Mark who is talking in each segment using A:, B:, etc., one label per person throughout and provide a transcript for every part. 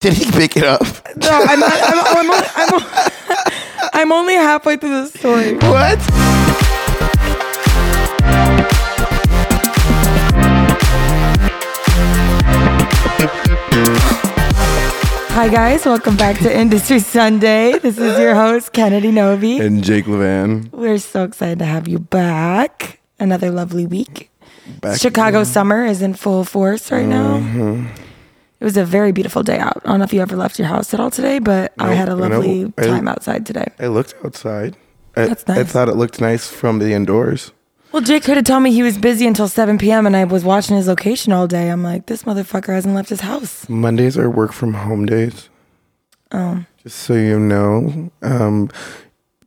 A: Did he pick it up?
B: No, I'm not. I'm, I'm, only, I'm, o- I'm only halfway through the story.
A: What?
B: Hi, guys. Welcome back to Industry Sunday. This is your host, Kennedy Novi.
A: And Jake Levan.
B: We're so excited to have you back. Another lovely week.
A: Back Um, Mm-hmm.
B: Chicago summer is in full force right now. It was a very beautiful day out. I don't know if you ever left your house at all today, but I
A: Nope,
B: had a
A: nope.
B: lovely
A: I-
B: time outside today.
A: I looked outside. I,
B: That's
A: I
B: nice.
A: thought it looked nice from the indoors.
B: Well, Jake could have told me he was busy until 7 p.m. and I was watching his location all day. I'm like, this motherfucker hasn't left his house.
A: Mondays are work from home days,
B: Oh,
A: just so you know. Um,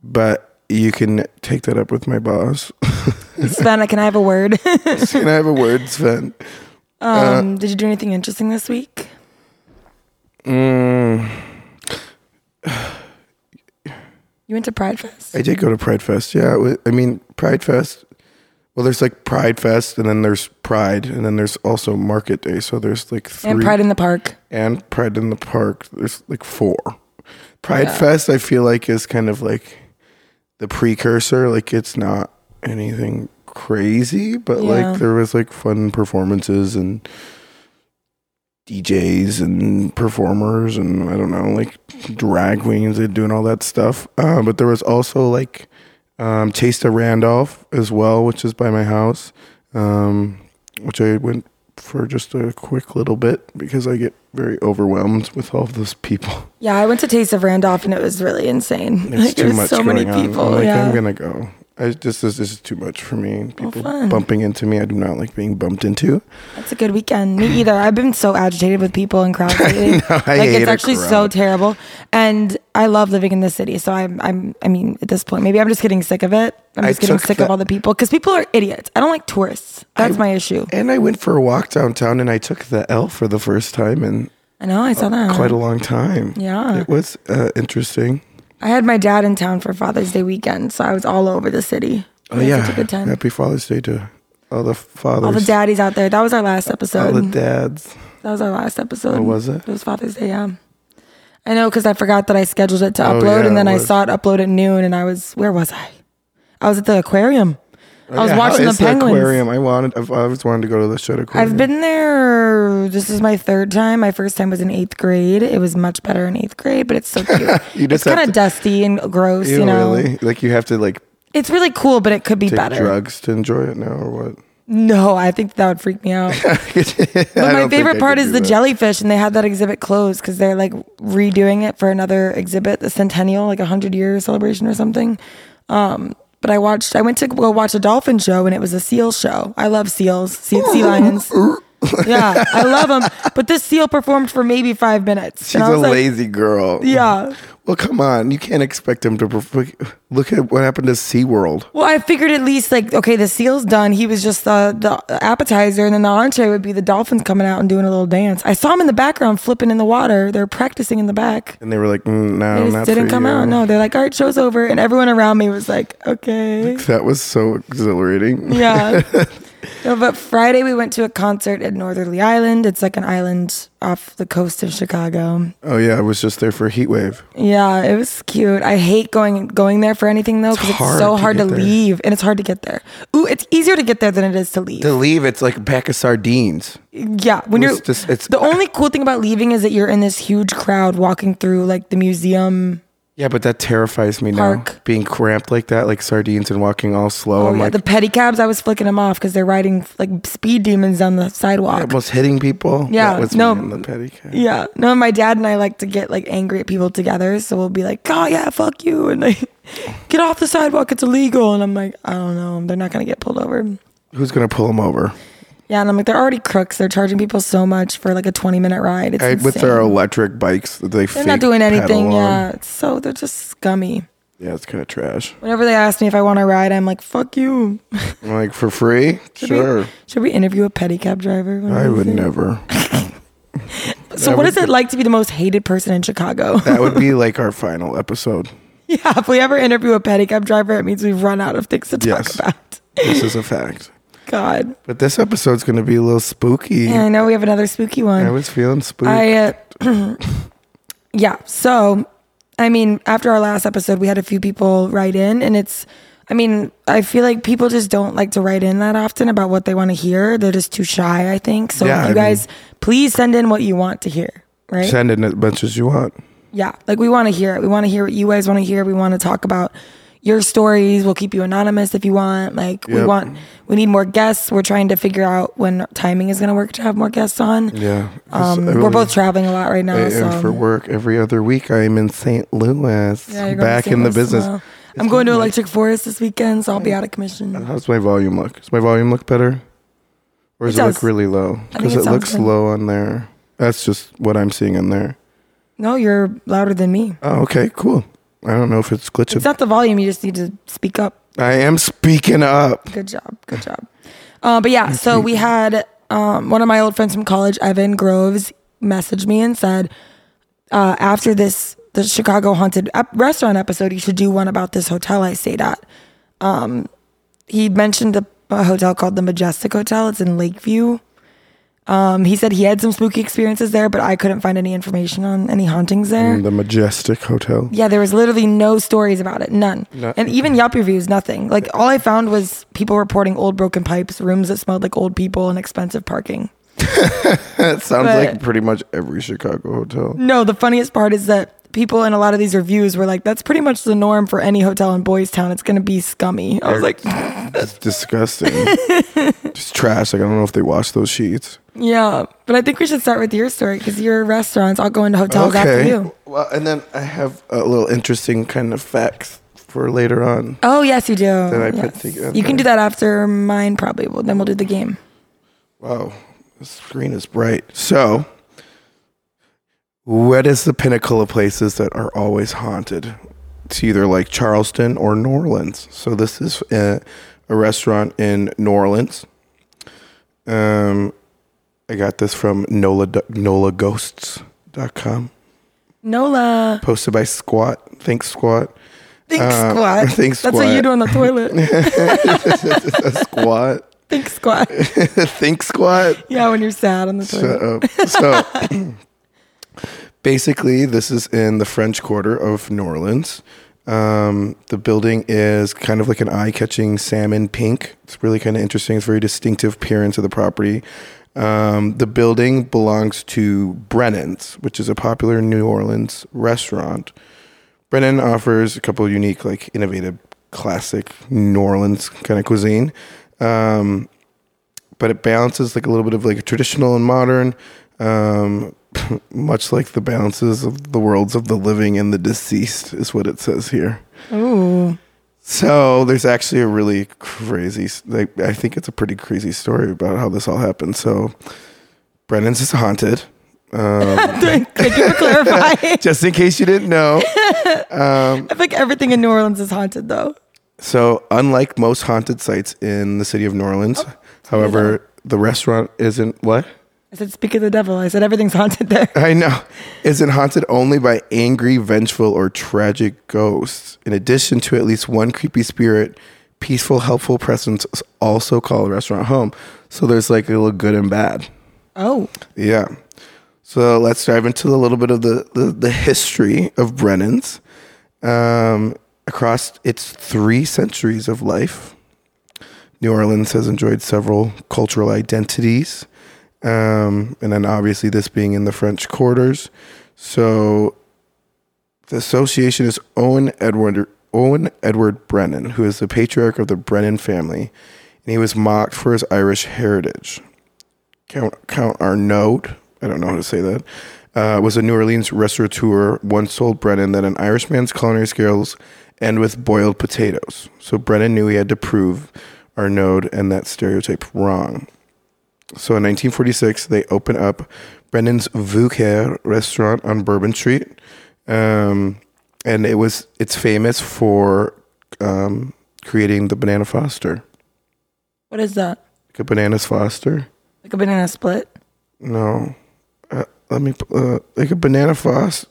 A: but you can take that up with my boss.
B: Sven, can I have a word?
A: can I have a word, Sven? Uh,
B: um, did you do anything interesting this week?
A: Mm,
B: You went to Pride Fest.
A: I did go to Pride Fest. Yeah, it wa- I mean Pride Fest. Well, there's like Pride Fest, and then there's Pride, and then there's also Market Day. So there's like three
B: and Pride in the Park.
A: and Pride in the Park. There's like four. Pride
B: Yeah.
A: Fest, I feel like, is kind of like the precursor. Like it's not anything crazy, but
B: Yeah.
A: like there was like fun performances and DJs and performers and I don't know, like drag queens and doing all that stuff. Uh, but there was also like um, Taste of Randolph as well, which is by my house, um, which I went for just a quick little bit because I get very overwhelmed with all those people.
B: Yeah, I went to Taste of Randolph and it was really insane.
A: It's
B: like,
A: too
B: there was
A: much
B: so
A: going
B: many
A: on.
B: people.
A: I'm like,
B: yeah.
A: I'm gonna go. I just this, this is too much for me. People
B: fun.
A: bumping into me. I do not like being bumped into.
B: That's a good weekend. Me either. I've been so agitated with people and crowds lately.
A: I
B: like
A: hate
B: it's
A: a
B: actually so
A: crowd.
B: terrible. And I love living in the city, so I'm I'm I mean at this point maybe I'm just getting sick of it. I'm
A: I
B: just getting
A: took
B: sick of
A: the-
B: all the people because people are idiots. I don't like tourists. That's my issue.
A: And I went for a walk downtown and I took the L for the first time in
B: I know. I saw that.
A: quite a long time.
B: Uh-huh. Yeah.
A: It was uh, interesting.
B: I had my dad in town for Father's Day weekend, so I was all over the city.
A: Oh
B: We had
A: yeah.
B: such a good time.
A: Happy Father's Day to all the fathers.
B: All the daddies out there. That was our last
A: all the
B: episode.
A: dads.
B: that was our last episode.
A: Oh, was it?
B: It was Father's Day. Yeah. I know because I forgot that I scheduled it to
A: Oh,
B: upload,
A: yeah,
B: and then
A: it
B: I
A: was.
B: saw it upload at noon, and I was where was I? I was at the aquarium. I was
A: Yeah, how
B: watching the
A: is
B: penguins.
A: aquarium. I wanted. I've always wanted to go to the shit aquarium.
B: I've been there. This is my third time. My first time was in eighth grade. It was much better in eighth grade, but it's so cute.
A: You
B: it's
A: just
B: kind
A: have
B: of dusty and gross,
A: You
B: you know.
A: really like you have to like
B: It's really cool, but it could be
A: take
B: better.
A: drugs to enjoy it now or what?
B: No, I think that would freak me out. But my favorite part is the jellyfish, and they had that exhibit closed because they're like redoing it for another exhibit, the centennial, like a hundred year celebration or something. Um, but I watched. I went to go watch a dolphin show, and it was a seal show. I love seals, sea, sea lions. yeah, I love them. But this seal performed for maybe five minutes.
A: She's
B: and I
A: a
B: was like,
A: lazy girl.
B: Yeah.
A: Well, come on. You can't expect him to perf- look at what happened to SeaWorld.
B: Well, I figured at least like okay, the seal's done. He was just uh, the appetizer, and then the entree would be the dolphins coming out and doing a little dance. I saw him in the background flipping in the water. They're practicing in the back.
A: And they were like, mm, no,
B: They just
A: not
B: didn't
A: for
B: come
A: you.
B: out. No, they're like, all right, show's over, and everyone around me was like, okay,
A: That was so exhilarating.
B: yeah. No, but Friday we went to a concert at Northerly Island. It's like an island off the coast of Chicago.
A: Oh yeah, I was just there for Heat Wave.
B: Yeah, it was cute. I hate going going there for anything though because it's,
A: hard
B: so
A: to
B: hard to,
A: get there.
B: leave and it's hard to get there. Ooh, it's easier to get there than it is to leave.
A: To leave, it's like a pack of sardines.
B: Yeah, when
A: It's
B: you're
A: just- it's-
B: the only cool thing about leaving is that you're in this huge crowd walking through like the museum.
A: Yeah, but that terrifies me now.
B: Park.
A: Being cramped like that, like sardines, and walking all slow.
B: Oh,
A: I'm
B: yeah,
A: like
B: the pedicabs. I was flicking them off because they're riding like speed demons down the sidewalk.
A: almost hitting people.
B: Yeah,
A: that was
B: no.
A: me in the pedicab.
B: Yeah, no, my dad and I like to get like angry at people together, so we'll be like, "Oh yeah, fuck you," and like, "Get off the sidewalk, it's illegal." And I'm like, "I don't know, they're not gonna get pulled over."
A: Who's gonna pull them over?
B: Yeah, and I'm like, "They're already crooks. They're charging people so much for like a 20 minute ride. It's
A: I,
B: insane.
A: with their electric bikes, that they
B: they're not doing anything. Yeah, it's so they're just scummy."
A: yeah, it's kind of trash.
B: Whenever they ask me if I want to ride, I'm like, fuck you.
A: I'm like for free,
B: we-
A: sure.
B: Should we interview a pedicab driver? What do
A: I
B: you
A: would
B: think?
A: never.
B: So, what is it like to be the most hated person in Chicago?
A: That would be like our final episode.
B: yeah, if we ever interview a pedicab driver, it means we've run out of things to talk
A: Yes.
B: about.
A: This is a fact.
B: God.
A: But this episode's gonna be a little spooky.
B: Yeah, I know we have another spooky
A: I
B: one.
A: was feeling spooky.
B: I, uh, yeah. So, I mean, after our last episode, we had a few people write in, and it's, I mean, I feel like people just don't like to write in that often about what they want to hear. They're just too shy, I think. So,
A: Yeah, I
B: you
A: mean-
B: guys, please send in what you want to hear, right?
A: Send in as much as you want.
B: yeah. Like, we want to hear it. We want to hear what you guys want to hear. We want to talk about your stories. We'll keep you anonymous if you want. Like, we
A: Yep.
B: want, we need more guests. We're trying to figure out when timing is going to work to have more guests on.
A: Yeah. 'cause
B: Um,
A: uh, I
B: we're
A: really-
B: both traveling a lot right now.
A: I
B: so.
A: am for work every other week. I'm in St. Louis,
B: Yeah, you're going to
A: back
B: St.
A: in the
B: Louis
A: business.
B: tomorrow. I'm going to Electric Forest this weekend, so I'll be out of commission.
A: How's my volume look? Does my volume look better? Or
B: It
A: does it, look
B: does.
A: really low?
B: I think
A: Because
B: it
A: it,
B: sounds
A: looks
B: good.
A: low on there. That's just what I'm seeing in there.
B: No, you're louder than me.
A: Oh, okay, cool. I don't know if it's glitching.
B: It's not the volume. You just need to speak up.
A: I am speaking up.
B: Good job. Good job. Uh, but yeah, so we had um, one of my old friends from college, Evan Groves, messaged me and said, uh, after this, the Chicago haunted ep- restaurant episode, you should do one about this hotel I stayed at. Um, he mentioned a, a hotel called the Majestic Hotel. It's in Lakeview. Um, he said he had some spooky experiences there, but I couldn't find any information on any hauntings there.
A: The Majestic Hotel.
B: Yeah, there was literally no stories about it, none.
A: No-
B: And even Yelp reviews, nothing. Like all I found was people reporting old broken pipes, rooms that smelled like old people, and expensive parking.
A: That sounds
B: But-
A: like pretty much every Chicago hotel.
B: No, the funniest part is that people in a lot of these reviews were like, "That's pretty much the norm for any hotel in Boys Town. It's gonna be scummy." I was like,
A: It's disgusting. just trash. Like I don't know if they wash those sheets.
B: "Yeah," but I think we should start with your story because your restaurants. I'll go into hotels after you.
A: Well, and then I have a little interesting kind of facts for later on.
B: Oh yes, you do.
A: I put
B: Yes.
A: together.
B: You can do that after mine, probably. Well, then we'll do the game.
A: Wow, the screen is bright. So, what is the pinnacle of places that are always haunted? It's either like Charleston or New Orleans. So this is a, a restaurant in New Orleans. Um, I got this from Nola NolaGhosts.com.
B: Nola,
A: Posted by Squat. Thanks, Squat.
B: think
A: Uh,
B: squat.
A: think
B: That's what you
A: squat.
B: do on the toilet.
A: Squat.
B: think squat.
A: Think Squat.
B: Yeah, when you're sad on the toilet.
A: Shut up. So uh, basically, this is in the French Quarter of New Orleans. Um, the building is kind of like an eye-catching salmon pink. It's really kind of interesting. It's very distinctive appearance of the property. Um, the building belongs to Brennan's, which is a popular New Orleans restaurant. Brennan offers a couple of unique, like innovative, classic New Orleans kind of cuisine. Um, but it balances like a little bit of like traditional and modern, um, much like the balances of the worlds of the living and the deceased is what it says here.
B: Ooh.
A: So there's actually a really crazy, like I think it's a pretty crazy story about how this all happened. So Brennan's is haunted. Um,
B: Thank you for clarifying.
A: just in case you didn't know. Um,
B: I think everything in New Orleans is haunted, though.
A: So, unlike most haunted sites in the city of New Orleans, however, the restaurant isn't what?
B: I said, speak of the devil. I said, everything's haunted there.
A: I know. Isn't haunted only by angry, vengeful, or tragic ghosts. In addition to at least one creepy spirit, peaceful, helpful presence is also called a restaurant home. So there's like a little good and bad.
B: Oh,
A: Yeah. So let's dive into a little bit of the, the, the history of Brennan's um, across its three centuries of life. New Orleans has enjoyed several cultural identities. Um, and then obviously, this being in the French quarters. So the association is Owen Edward Owen Edward Brennan, who is the patriarch of the Brennan family, and he was mocked for his Irish heritage. Count Count Arnaud, I don't know how to say that, uh, was a New Orleans restaurateur. Once told Brennan that an Irishman's culinary skills end with boiled potatoes. So Brennan knew he had to prove Arnaud and that stereotype wrong. So in 1946, they open up Brendan's Vouquer restaurant on Bourbon Street, um, and it was it's famous for um, creating the banana foster,
B: what is that?
A: like a bananas foster.
B: Like a banana split?
A: No, uh, let me uh, like a banana foster,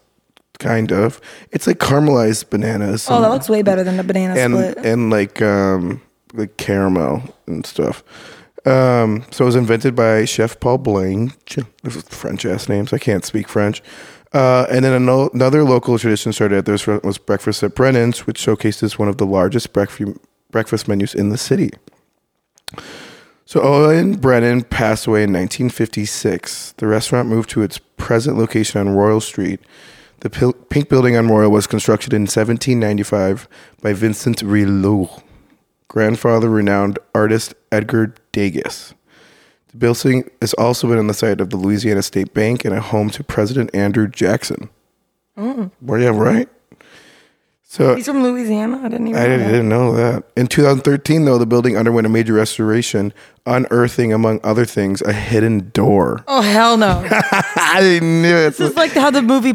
A: kind of. It's like caramelized bananas.
B: Oh, that
A: and-
B: looks way better than a banana
A: and
B: split.
A: and like um like caramel and stuff. Um, so it was invented by Chef Paul Blaine, Ch- French ass names. I can't speak French. Uh, and then ano- another local tradition started at this was breakfast at Brennan's, which showcases one of the largest breakfast breakfast menus in the city. So Owen Brennan passed away in 1956. The restaurant moved to its present location on Royal Street. The pil- pink building on Royal was constructed in 1795 by Vincent Rilou, grandfather renowned artist Edgar Degas. The building has also been on the site of the Louisiana State Bank and a home to President Andrew Jackson. Well, yeah, right. So
B: He's from Louisiana. I didn't even.
A: I
B: know
A: didn't,
B: that.
A: didn't know that. In 2013, though, the building underwent a major restoration, unearthing, among other things, a hidden door.
B: Oh hell no!
A: I knew it.
B: this is like how the movie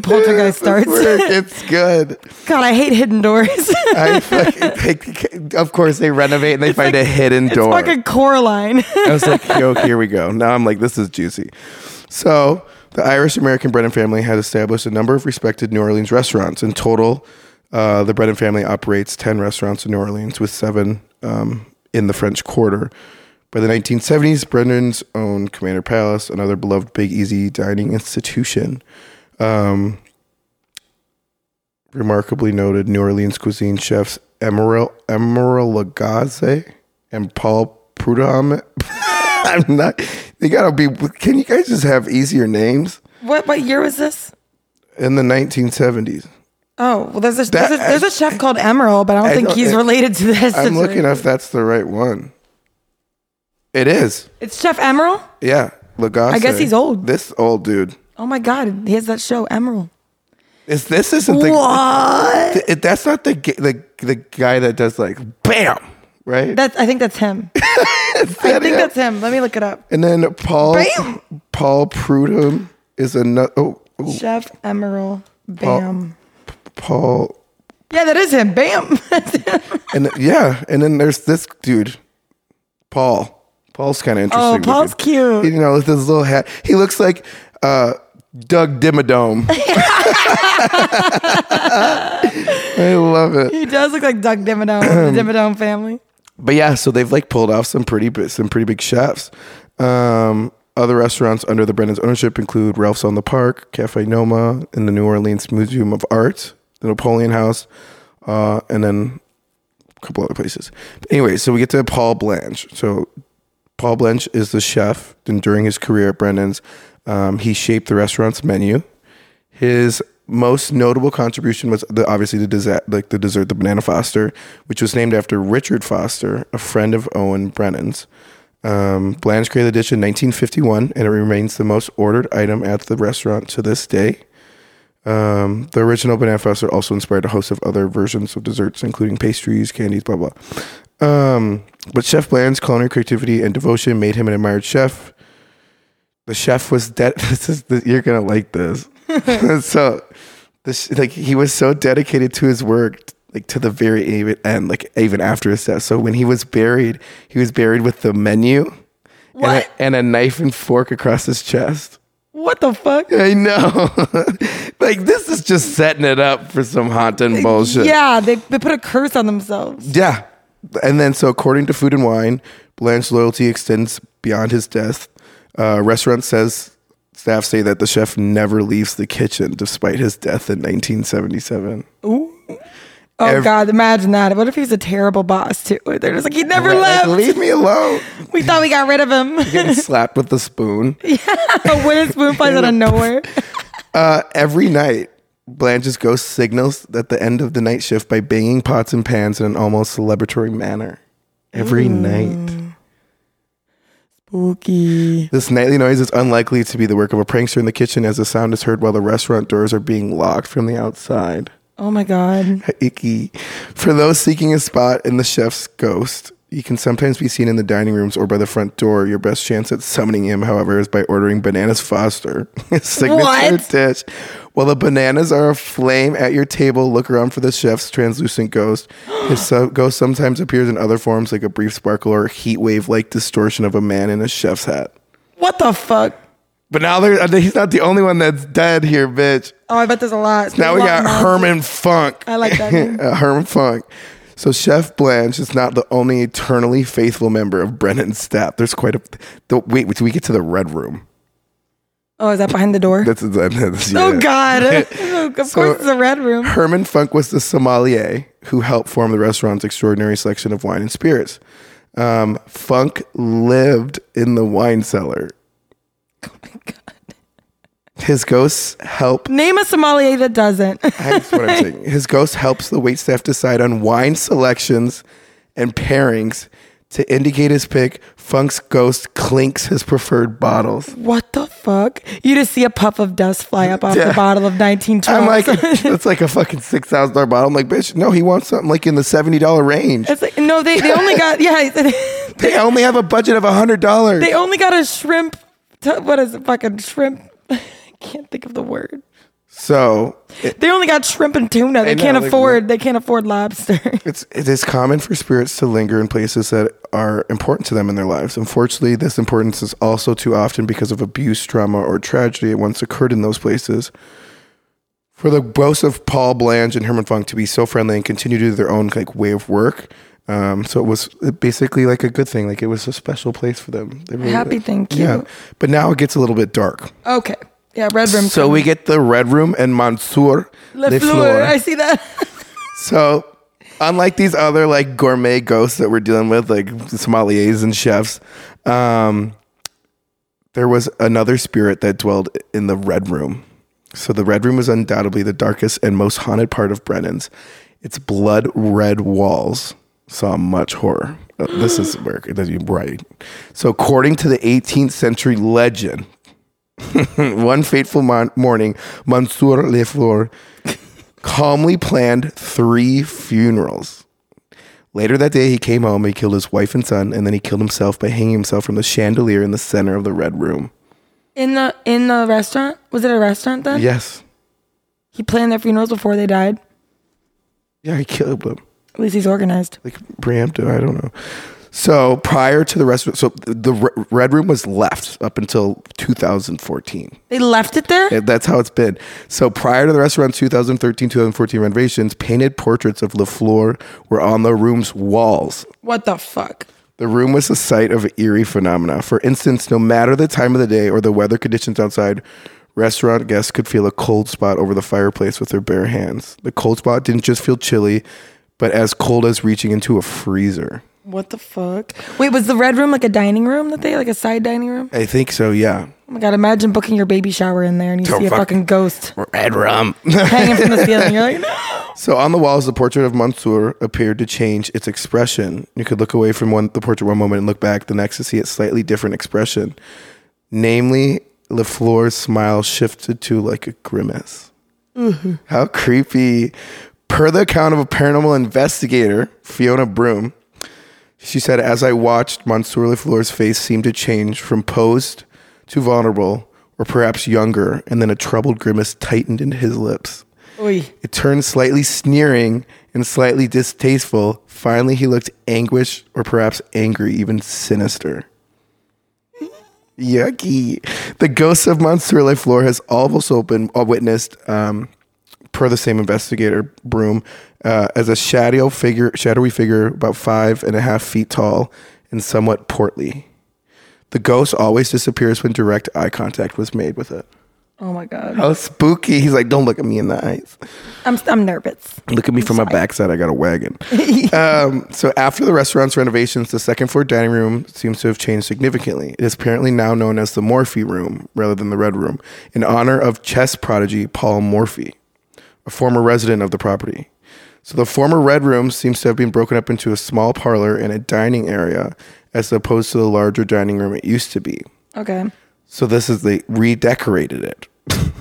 B: Poltergeist starts.
A: it's good.
B: God, I hate hidden doors.
A: I fucking, they, of course, they renovate and they find a hidden door.
B: It's fucking Coraline.
A: I was like, yo, here we go. Now I'm like, this is juicy. So the Irish American Brennan family has established a number of respected New Orleans restaurants. In total, uh, the Brennan family operates 10 restaurants in New Orleans, with seven um, in the French Quarter. By the 1970s, Brennan's owned Commander Palace, another beloved Big Easy dining institution. Um, remarkably noted New Orleans cuisine chefs Emeril Emeril Lagasse and Paul Prudhomme. I'm not. They gotta be. Can you guys just have easier names?
B: what what year was this?
A: In the 1970s,
B: Oh well, there's a
A: That-
B: there's a, there's a chef called Emerald, but I don't
A: I
B: think
A: don't-
B: he's related to this.
A: I'm looking if that's the right one. It is.
B: It's Chef Emerald.
A: Yeah, Lagasse.
B: I guess he's old.
A: This old dude.
B: Oh my God, he has that show Emerald.
A: Is this isn't the?
B: What?
A: th- it- that's not the g- the the guy that does like bam, right?
B: That's I think that's him. I think that's him. Let me look it up.
A: And then Paul
B: Bam!
A: Paul Prudhomme is another. Oh, oh,
B: Chef Emerald. Bam.
A: Paul.
B: Yeah, that is him. Bam.
A: And th- yeah, and then there's this dude, Paul. Paul's kind of
B: Oh,
A: interesting.
B: Paul's
A: looking.
B: cute.
A: You know, with his little hat. He looks like uh, Doug Dimmadome. I love it.
B: He does look like Doug Dimmadome, the Dimmadome family.
A: but yeah, so they've like pulled off some pretty bi- some pretty big chefs. Um, other restaurants under the Brennan's ownership include Ralph's on the Park, Cafe Noma, and the New Orleans Museum of Art, the Napoleon House, uh, and then a couple other places. But anyway, so we get to Paul Blanche. So Paul Blanche is the chef, and during his career at Brennan's, um, he shaped the restaurant's menu. His most notable contribution was the, obviously the dessert, like the dessert, the banana Foster, which was named after Richard Foster, a friend of Owen Brennan's. Um, Blanche created the dish in 1951, and it remains the most ordered item at the restaurant to this day. Um, the original banana Foster also inspired a host of other versions of desserts, including pastries, candies, blah blah. Um, but Chef Bland's culinary creativity and devotion made him an admired chef. The chef was dead. This is the, you're gonna like this. so, this like he was so dedicated to his work, like to the very even end, like even after his death. So when he was buried, he was buried with the menu and
B: What?
A: a, and a knife and fork across his chest.
B: What the fuck?
A: I know. like this is just setting it up for some haunting bullshit.
B: Yeah, they, they put a curse on themselves.
A: Yeah. And then, so according to Food and Wine, Blanche's loyalty extends beyond his death. Uh, restaurant says staff say that the chef never leaves the kitchen despite his death in 1977.
B: Oh
A: Ev-
B: God, imagine that. What if he was a terrible boss too? They're just like he never
A: Like,
B: left.
A: leave me alone.
B: We thought we got rid of him.
A: Getting slapped with a spoon.
B: when his spoon flies out of nowhere.
A: Uh, every night, Blanche's ghost signals at the end of the night shift by banging pots and pans in an almost celebratory manner. Every
B: Mm.
A: night.
B: Spooky.
A: This nightly noise is unlikely to be the work of a prankster in the kitchen as the sound is heard while the restaurant doors are being locked from the outside.
B: Oh my God.
A: Icky. For those seeking a spot in the chef's ghost, you can sometimes be seen in the dining rooms or by the front door. Your best chance at summoning him, however, is by ordering Bananas Foster, his signature
B: What?
A: dish. While the bananas are aflame at your table, look around for the chef's translucent ghost. His so- ghost sometimes appears in other forms, like a brief sparkle or heat wave like distortion of a man in a chef's hat.
B: What the fuck?
A: But now there, he's not the only one that's dead here, bitch.
B: Oh, I bet there's a lot.
A: Now
B: There's
A: we
B: a lot
A: got
B: of monsters.
A: Herman Funk.
B: I like that name.
A: Uh, Herman Funk. So Chef Blanche is not the only eternally faithful member of Brennan's staff. There's quite a. The, wait, do we get to the Red Room?
B: Oh, is that behind the door?
A: That's, that's, that's
B: oh
A: yeah.
B: God! of course, it's a red room.
A: Herman Funk was the sommelier who helped form the restaurant's extraordinary selection of wine and spirits. Um, Funk lived in the wine cellar.
B: Oh my God.
A: His ghosts help.
B: Name a sommelier that doesn't.
A: That's what I'm saying. His ghost helps the waitstaff decide on wine selections and pairings. To indicate his pick, Funk's ghost clinks his preferred bottles.
B: what the fuck? You just see a puff of dust fly up off
A: Yeah.
B: the bottle of 1912.
A: I'm like, that's like a fucking six thousand dollar bottle. I'm like, bitch, no, he wants something like in the seventy dollar range.
B: it's like no, they, they only got yeah, it's-
A: They only have a budget of hundred dollars.
B: they only got a shrimp. T- what is it? Fucking shrimp. I can't think of the word.
A: So it,
B: They only got shrimp and tuna. They
A: know,
B: can't
A: like,
B: afford. they can't afford lobster.
A: it's it is common for spirits to linger in places that are important to them in their lives. Unfortunately, this importance is also too often because of abuse, trauma, or tragedy that once occurred in those places. For the boasts of Paul Blanche and Herman Funk to be so friendly and continue to do their own like way of work. Um, so it was basically like a good thing. Like it was a special place for them. They really-
B: Happy thing, cute.
A: Yeah. But now it gets a little bit dark.
B: Okay. Yeah, red room.
A: So we get the Red Room and Mansour
B: Le
A: Le
B: Fleur.
A: Fleur.
B: I see that.
A: So, unlike these other like gourmet ghosts that we're dealing with, like sommeliers and chefs, um, there was another spirit that dwelled in the Red Room. So, the Red Room is undoubtedly the darkest and most haunted part of Brennan's. Its blood red walls saw much horror. Uh, This is where right. So, according to the 18th century legend, one fateful mon- morning, Monsieur Lefleur calmly planned three funerals. Later that day, he came home, he killed his wife and son, and then he killed himself by hanging himself from the chandelier in the center of the Red Room.
B: In the in the restaurant? Was it a restaurant then?
A: Yes.
B: He planned their funerals before they died.
A: Yeah, he killed them.
B: At least he's organized.
A: Like preemptive, I don't know. So prior to the rest, so the Re- Red Room was left up until 2014.
B: They left it there?
A: And That's how it's been. So prior to the restaurant's 2013 2014 renovations, painted portraits of LaFleur were on the room's walls.
B: what the fuck?
A: The room was the site of eerie phenomena. For instance, no matter the time of the day or the weather conditions outside, restaurant guests could feel a cold spot over the fireplace with their bare hands. The cold spot didn't just feel chilly, but as cold as reaching into a freezer.
B: What the fuck? Wait, was the red room like a dining room that they like a side dining room?
A: I think so, yeah.
B: Oh my god, imagine booking your baby shower in there and you
A: Oh,
B: see a
A: fuck.
B: fucking ghost
A: Red rum.
B: hanging from the ceiling. You're like, no.
A: So on the walls, the portrait of Mansour appeared to change its expression. You could look away from one the portrait one moment and look back the next to see its slightly different expression. Namely, LaFleur's smile shifted to like a grimace. How creepy. Per the account of a paranormal investigator, Fiona Broom, she said, as I watched, Mansour LaFleur's face seemed to change from posed to vulnerable, or perhaps younger, and then a troubled grimace tightened into his lips.
B: Oy.
A: It turned slightly sneering and slightly distasteful. Finally, he looked anguished or perhaps angry, even sinister. Yucky. The ghost of Monsieur LeFleur has also been uh, witnessed, um, per the same investigator, Broom, uh, as a shadow figure, shadowy figure about five and a half feet tall and somewhat portly. The ghost always disappears when direct eye contact was made with it.
B: Oh my god.
A: How spooky. He's like, don't look at me in the eyes.
B: I'm I'm nervous.
A: Look at me from my backside. I got a wagon. um, so after the restaurant's renovations, the second floor dining room seems to have changed significantly. It is apparently now known as the Morphy Room rather than the Red Room, in honor of chess prodigy Paul Morphy, a former resident of the property. So the former Red Room seems to have been broken up into a small parlor and a dining area, as opposed to the larger dining room it used to be.
B: Okay.
A: So this is they redecorated it.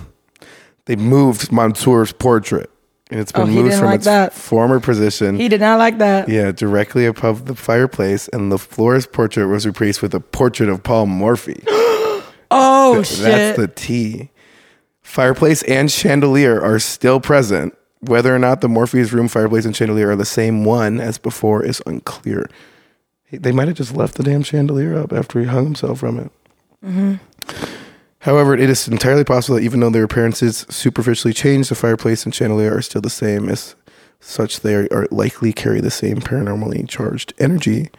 A: they moved Mansour's portrait, and it's been
B: Oh, he
A: moved
B: didn't
A: from
B: like
A: its
B: that.
A: former position.
B: He did not like that.
A: yeah, directly above the fireplace, and the floor's portrait was replaced with a portrait of Paul Morphy.
B: Oh shit.
A: That's the T. Fireplace and chandelier are still present. Whether or not the Morphe's room fireplace and chandelier are the same one as before is unclear. They might have just left the damn chandelier up after he hung himself from it.
B: Mm-hmm.
A: However, it is entirely possible that even though their appearances superficially change, the fireplace and chandelier are still the same. As such, they are likely carry the same paranormally charged energy.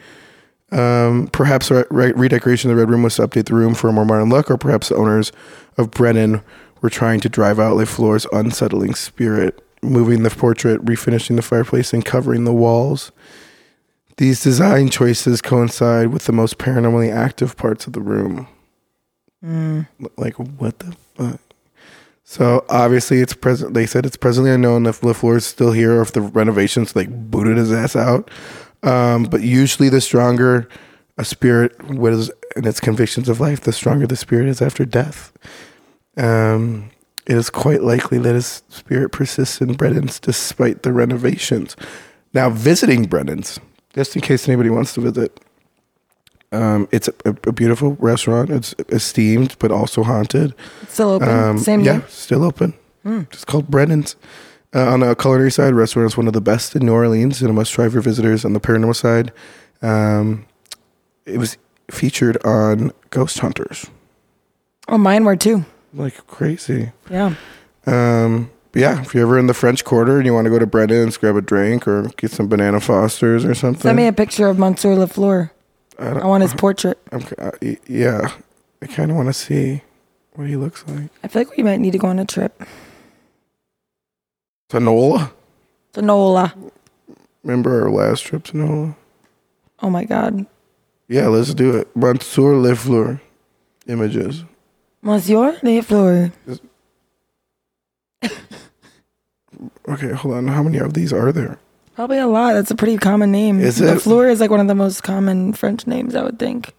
A: Um, perhaps re- re- redecoration of the Red Room was to update the room for a more modern look, or perhaps the owners of Brennan were trying to drive out LeFleur's unsettling spirit, moving the portrait, refinishing the fireplace, and covering the walls. These design choices coincide with the most paranormally active parts of the room. L- Like, what the fuck? So obviously, it's present. They said it's presently unknown if LeFleur is still here or if the renovations like booted his ass out. Um, but usually, the stronger a spirit was in its convictions of life, the stronger the spirit is after death. Um, it is quite likely that his spirit persists in Brennan's despite the renovations. Now, visiting Brennan's, just in case anybody wants to visit, um, it's a, a beautiful restaurant. It's esteemed but also haunted.
B: It's still open.
A: Um,
B: Same Hmm.
A: yeah,
B: name.
A: still open. It's called Brennan's. Uh, on the culinary side, restaurant is one of the best in New Orleans and a must try for visitors. On the paranormal side, um, it was featured on Ghost Hunters.
B: Oh, mine were too.
A: Like crazy.
B: Yeah.
A: Um, but yeah, if you're ever in the French Quarter and you want to go to Brennan's, grab a drink or get some banana Fosters or something.
B: Send me a picture of Monsieur Lafleur.
A: I
B: I
A: don't,
B: want his portrait.
A: I'm, uh, y- yeah, I kind of want to see what he looks like.
B: I feel like we might need to go on a trip
A: To NOLA.
B: to NOLA.
A: Remember our last trip to NOLA?
B: Oh my God.
A: Yeah, let's do it. Mansour Lefleur images.
B: Monsieur Lafleur.
A: Okay, hold on. How many of these are there?
B: Probably a lot. That's a pretty common name.
A: Is it?
B: Lafleur is like one of the most common French names, I would think.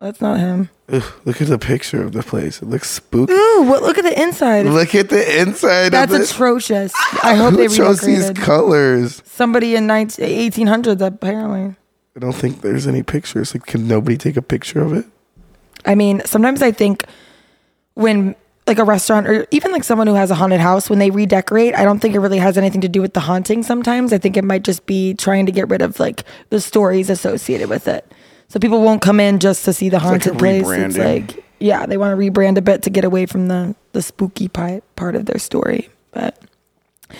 B: That's not him.
A: Ugh, look at the picture of the place. It looks spooky.
B: Ooh, what? Look at the inside.
A: Look at the inside
B: That's
A: of it.
B: atrocious. I hope
A: Who
B: they
A: chose these
B: redecorated.
A: colors?
B: Somebody in 19- 1800s, apparently.
A: I don't think there's any pictures. Like, can nobody take a picture of it?
B: I mean, sometimes I think when like a restaurant or even like someone who has a haunted house, when they redecorate, I don't think it really has anything to do with the haunting sometimes. I think it might just be trying to get rid of like the stories associated with it. So people won't come in just to see the
A: like a
B: haunted place. It's
A: rebranding.
B: like, yeah, they want to rebrand a bit to get away from the, the spooky pi- part of their story. But well,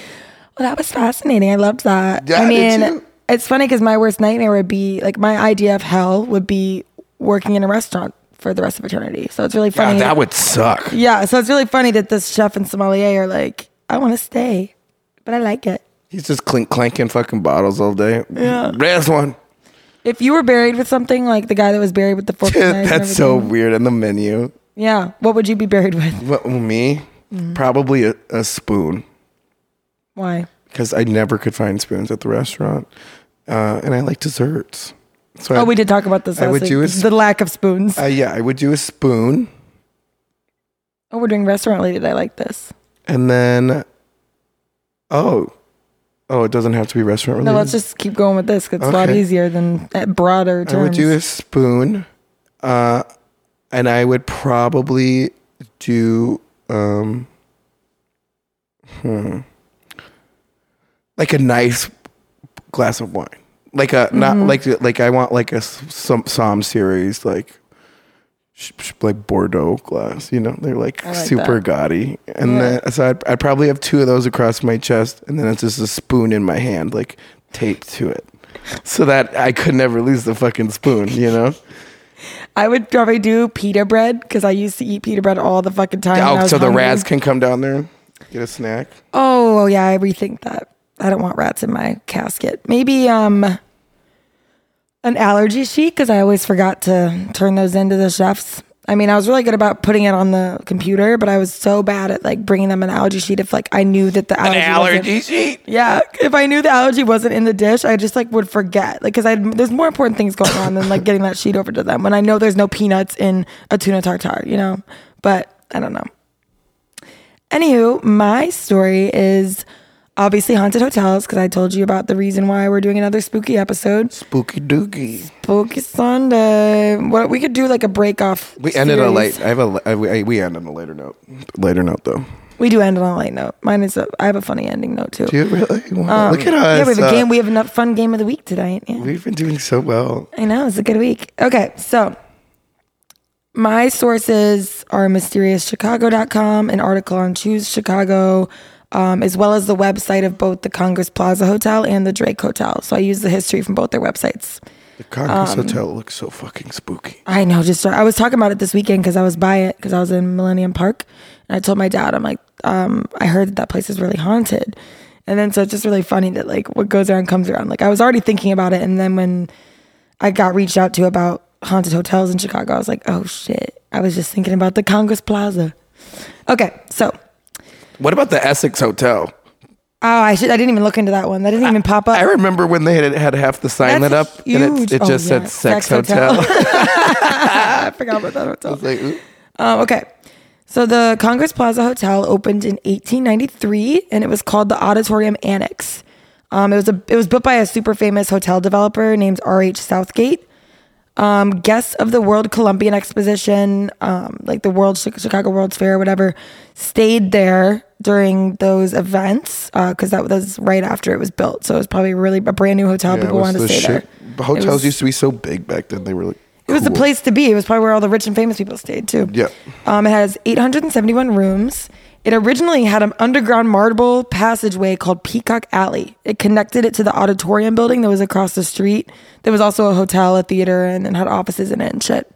B: that was fascinating. I loved that.
A: Yeah,
B: I
A: I did
B: mean,
A: too.
B: it's funny because my worst nightmare would be like my idea of hell would be working in a restaurant for the rest of eternity. So it's really funny. Yeah,
A: would suck.
B: so it's really funny that this chef and sommelier are like, I want to stay, but I like it.
A: He's just clink clanking fucking bottles all day.
B: Yeah.
A: There's one.
B: If you were buried with something like the guy that was buried with the fork, and knife and
A: That's so
B: everything,
A: weird. And the menu.
B: Yeah, what would you be buried with?
A: But me,
B: Mm-hmm.
A: probably a, a spoon.
B: Why?
A: because I never could find spoons at the restaurant, uh, and I like desserts. So I,
B: Oh, we did talk about this.
A: I
B: last
A: would
B: week.
A: do a
B: the lack of spoons.
A: Uh, yeah, I would do a spoon,
B: oh, we're doing restaurant related. I like this.
A: and then, oh, oh, it doesn't have to be restaurant
B: No,
A: related.
B: let's just keep going with this. 'cause it's a lot
A: Okay.
B: easier than uh, broader terms.
A: I would do a spoon, uh, and I would probably do um, hmm, like a nice glass of wine, like a not
B: Mm-hmm.
A: like like I want like a s- some Psalm series like. sh- sh- Like Bordeaux glass, you know, they're like,
B: I like
A: super
B: that.
A: gaudy. And
B: Yeah.
A: then, so I'd, I'd probably have two of those across my chest, and then it's just a spoon in my hand, like taped to it so that I could never lose the fucking spoon, you know?
B: I would probably do pita bread because I used to eat pita bread all the fucking time. when I
A: oh,
B: was
A: so the
B: hungry.
A: rats can come down there, get a snack.
B: Oh, yeah, I rethink that. I don't want rats in my casket. Maybe um, an allergy sheet because I always forgot to turn those into the chefs. I mean, I was really good about putting it on the computer, but I was so bad at like bringing them an allergy sheet. If like I knew that
A: Oh,
B: the allergy, wasn't-
A: sheet?
B: Yeah, if I knew the allergy wasn't in the dish, I just like would forget. Like, cause I there's more important things going on than like getting that sheet over to them. When I know there's no peanuts in a tuna tartare, you know. But I don't know. Anywho, my story is obviously haunted hotels because I told you about the reason why we're doing another spooky episode.
A: Spooky dookie.
B: Spooky Sunday. What we could do like a break off.
A: We ended on a
B: series.
A: late. I have a. I, we- I, we end on a later note. Later note though.
B: We do end on a light note. Mine is a. I have a funny ending note too.
A: Do you really? Wow, Look at us.
B: Yeah, we have a
A: uh,
B: game. We have a fun game of the week tonight. Yeah.
A: We've been doing so well.
B: I know it's a good week. Okay, so my sources are mysteriouschicago.com, an article on Choose Chicago, um, as well as the website of both the Congress Plaza Hotel and the Drake Hotel. So I use the history from both their websites.
A: The Congress Hotel looks so fucking spooky.
B: I know. Just I was talking about it this weekend because I was by it because I was in Millennium Park, and I told my dad, I'm like, um, I heard that that place is really haunted, and then so it's just really funny that like what goes around comes around. Like I was already thinking about it, and then when I got reached out to about haunted hotels in Chicago, I was like, oh shit, I was just thinking about the Congress Plaza. Okay, so
A: What about the Essex Hotel?
B: oh, I should I didn't even look into that one. That didn't even pop up.
A: I remember when they had, had half the sign
B: That's
A: lit up and
B: huge-
A: it, it
B: oh,
A: just said
B: yeah,
A: sex,
B: sex
A: hotel.
B: hotel. I forgot about that hotel.
A: It's like, ooh.
B: Um, okay. So the Congress Plaza Hotel opened in 1893, and it was called the Auditorium Annex. Um, it was a it was built by a super famous hotel developer named R. H. Southgate. Um, guests of the World Columbian Exposition, um, like the World Chi- Chicago World's Fair, or whatever, stayed there during those events because that was right after it was built. So it was probably really a brand new hotel.
A: Yeah, it
B: People
A: was
B: wanted to
A: the
B: stay
A: shit.
B: there.
A: Hotels
B: It was-
A: used to be so big back then. They were like,
B: it was the
A: cool.
B: place to be. It was probably where all the rich and famous people stayed too.
A: Yeah.
B: Um, it has 871 rooms. It originally had an underground marble passageway called Peacock Alley. It connected it to the auditorium building that was across the street. There was also a hotel, a theater, and, and had offices in it and shit.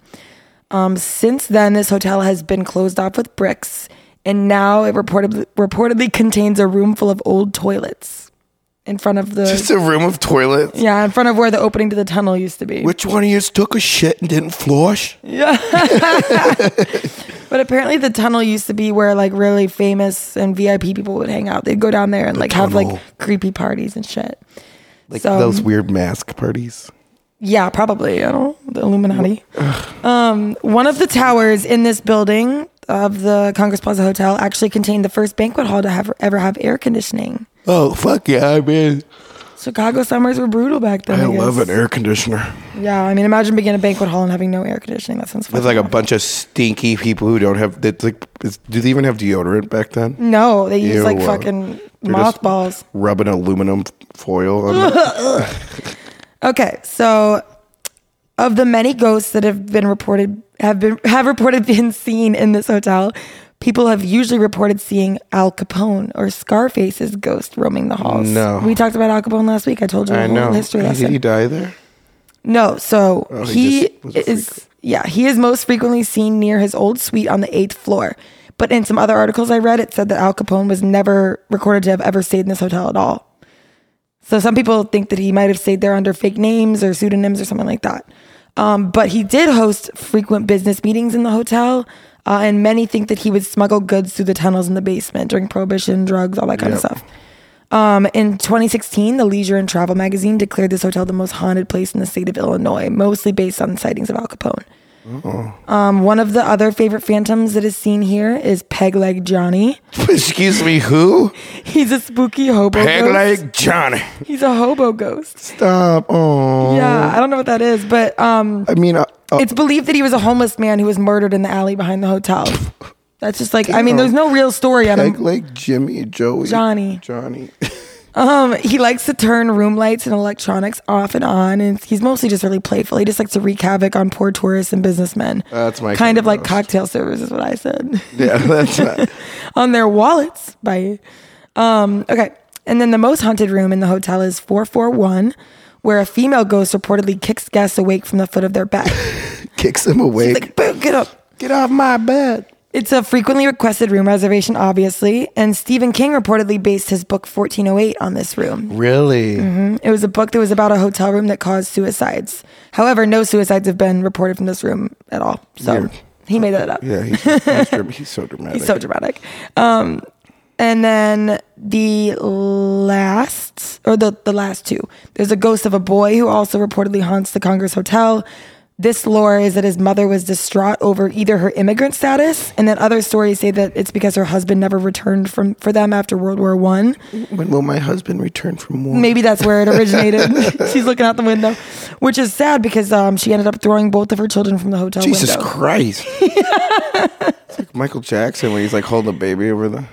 B: Um, since then, this hotel has been closed off with bricks, and now it reportedly, reportedly contains a room full of old toilets in front of the
A: Just a room of toilets.
B: yeah, in front of where the opening to the tunnel used to be.
A: Which one of you took a shit and didn't flush?
B: But apparently, the tunnel used to be where like really famous and VIP people would hang out. They'd go down there and like have
A: tunnel.
B: like creepy parties and shit.
A: Like
B: So-
A: those weird mask parties.
B: Yeah, probably. I don't know, the Illuminati. Um, one of the towers in this building of the Congress Plaza Hotel actually contained the first banquet hall to have ever have air conditioning.
A: Oh fuck yeah, I mean,
B: Chicago summers were brutal back then.
A: I,
B: I,
A: love
B: guess.
A: an air conditioner.
B: Yeah, I mean, imagine being in a banquet hall and having no air conditioning. That sounds
A: With
B: fucking
A: like a
B: awful.
A: bunch of stinky people who don't have. It's like, it's, do they even have deodorant back then?
B: No, they use like
A: Ew.
B: fucking
A: They're just-
B: mothballs.
A: Rubbing aluminum foil on. the-
B: Okay, so of the many ghosts that have been reported have been have reported been seen in this hotel, people have usually reported seeing Al Capone or Scarface's ghost roaming the halls.
A: No.
B: we talked about Al Capone last week. I told you the
A: I
B: whole
A: know.
B: history
A: Did
B: lesson.
A: he die there?
B: No, so
A: Oh, he
B: he,
A: just was a freak.
B: is yeah, he is most frequently seen near his old suite on the 8th floor. But in some other articles I read it said that Al Capone was never recorded to have ever stayed in this hotel at all. So some people think that he might have stayed there under fake names or pseudonyms or something like that. Um, but he did host frequent business meetings in the hotel, uh, and many think that he would smuggle goods through the tunnels in the basement during prohibition, drugs, all that kind of
A: Yep.
B: stuff. Um, in 2016, the Leisure and Travel magazine declared this hotel the most haunted place in the state of Illinois, mostly based on sightings of Al Capone.
A: Oh.
B: Um, one of the other favorite phantoms that is seen here is Peg Leg Johnny.
A: Excuse me, who?
B: He's a spooky hobo.
A: Peg
B: ghost.
A: leg Johnny.
B: He's a hobo ghost.
A: Stop. Oh.
B: Yeah, I don't know what that is, but um,
A: I mean, uh, uh,
B: it's believed that he was a homeless man who was murdered in the alley behind the hotel. That's just like I mean, there's no real story on him.
A: Peg leg Jimmy, Joey,
B: Johnny.
A: Johnny.
B: Um, he likes to turn room lights and electronics off and on, and he's mostly just really playful. He just likes to wreak havoc on poor tourists and businessmen.
A: That's my kind
B: kind
A: of
B: of like
A: roast.
B: cocktail servers, is what I said.
A: yeah, that's not.
B: on their wallets. Bye. Um, okay. And then the most haunted room in the hotel is 441, where a female ghost reportedly kicks guests awake from the foot of their bed.
A: Kicks him awake.
B: like, "Boo, get up.
A: Get off my bed.
B: It's a frequently requested room reservation, obviously, and Stephen King reportedly based his book 1408 on this room.
A: Really?
B: It was a book that was about a hotel room that caused suicides. However, no suicides have been reported from this room at all. So
A: Weird.
B: he made that up.
A: Yeah, he's, he's, dra- he's so dramatic.
B: He's so dramatic. Um, and then the last, or the, the last two, there's a ghost of a boy who also reportedly haunts the Congress Hotel. This lore is that his mother was distraught over either her immigrant status, and then other stories say that it's because her husband never returned from for them after World War One.
A: when will my husband return from war?
B: Maybe that's where it originated. She's looking out the window, which is sad because um, she ended up throwing both of her children from the hotel
A: Jesus
B: window.
A: Christ. it's like Michael Jackson when he's like holding a baby over the.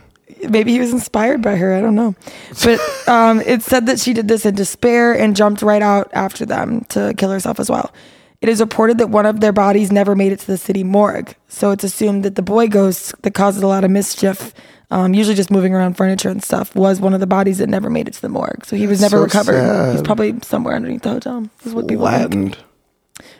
B: maybe he was inspired by her. I don't know. But um, it said that she did this in despair and jumped right out after them to kill herself as well. It is reported that one of their bodies never made it to the city morgue. So it's assumed that the boy ghost that causes a lot of mischief um, usually just moving around furniture and stuff, was one of the bodies that never made it to the morgue. So he was
A: That's
B: never
A: so
B: recovered. He's
A: sad.
B: probably somewhere underneath the hotel. Is what people think.
A: Flattened.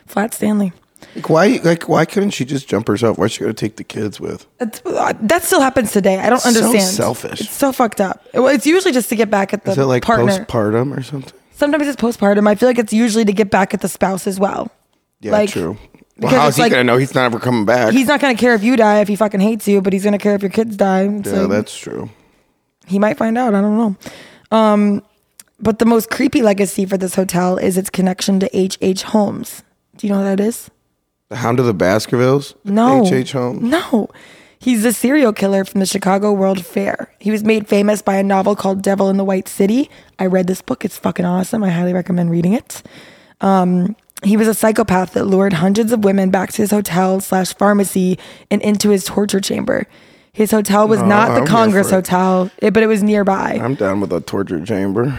B: Flat Stanley.
A: Like why? Like why couldn't she just jump herself? Why she got to take the kids with?
B: It's, uh, that still happens today. I don't
A: So
B: understand.
A: selfish.
B: It's so fucked up. Well, it's usually just to get back at the
A: Is it like
B: partner.
A: postpartum or something?
B: Sometimes it's postpartum. I feel like it's usually to get back at the spouse as well.
A: Yeah,
B: Like,
A: true. Well,
B: because
A: how's
B: it's
A: he
B: like-
A: gonna know he's not ever coming back?
B: He's not gonna care if you die if he fucking hates you, but he's gonna care if your kids die. It's
A: yeah,
B: like,
A: that's true.
B: he might find out. I don't know. Um, but the most creepy legacy for this hotel is its connection to H. H. Holmes. Do you know who that is?
A: The Hound of the Baskervilles.
B: No.
A: H H Holmes.
B: No. He's a serial killer from the Chicago World Fair. He was made famous by a novel called Devil in the White City. I read this book. It's fucking awesome. I highly recommend reading it. Um, he was a psychopath that lured hundreds of women back to his hotel slash pharmacy and into his torture chamber. His hotel was
A: Oh,
B: not
A: I'm here
B: the
A: for
B: Congress
A: it.
B: Hotel, eh, but it was nearby.
A: I'm down with a torture chamber.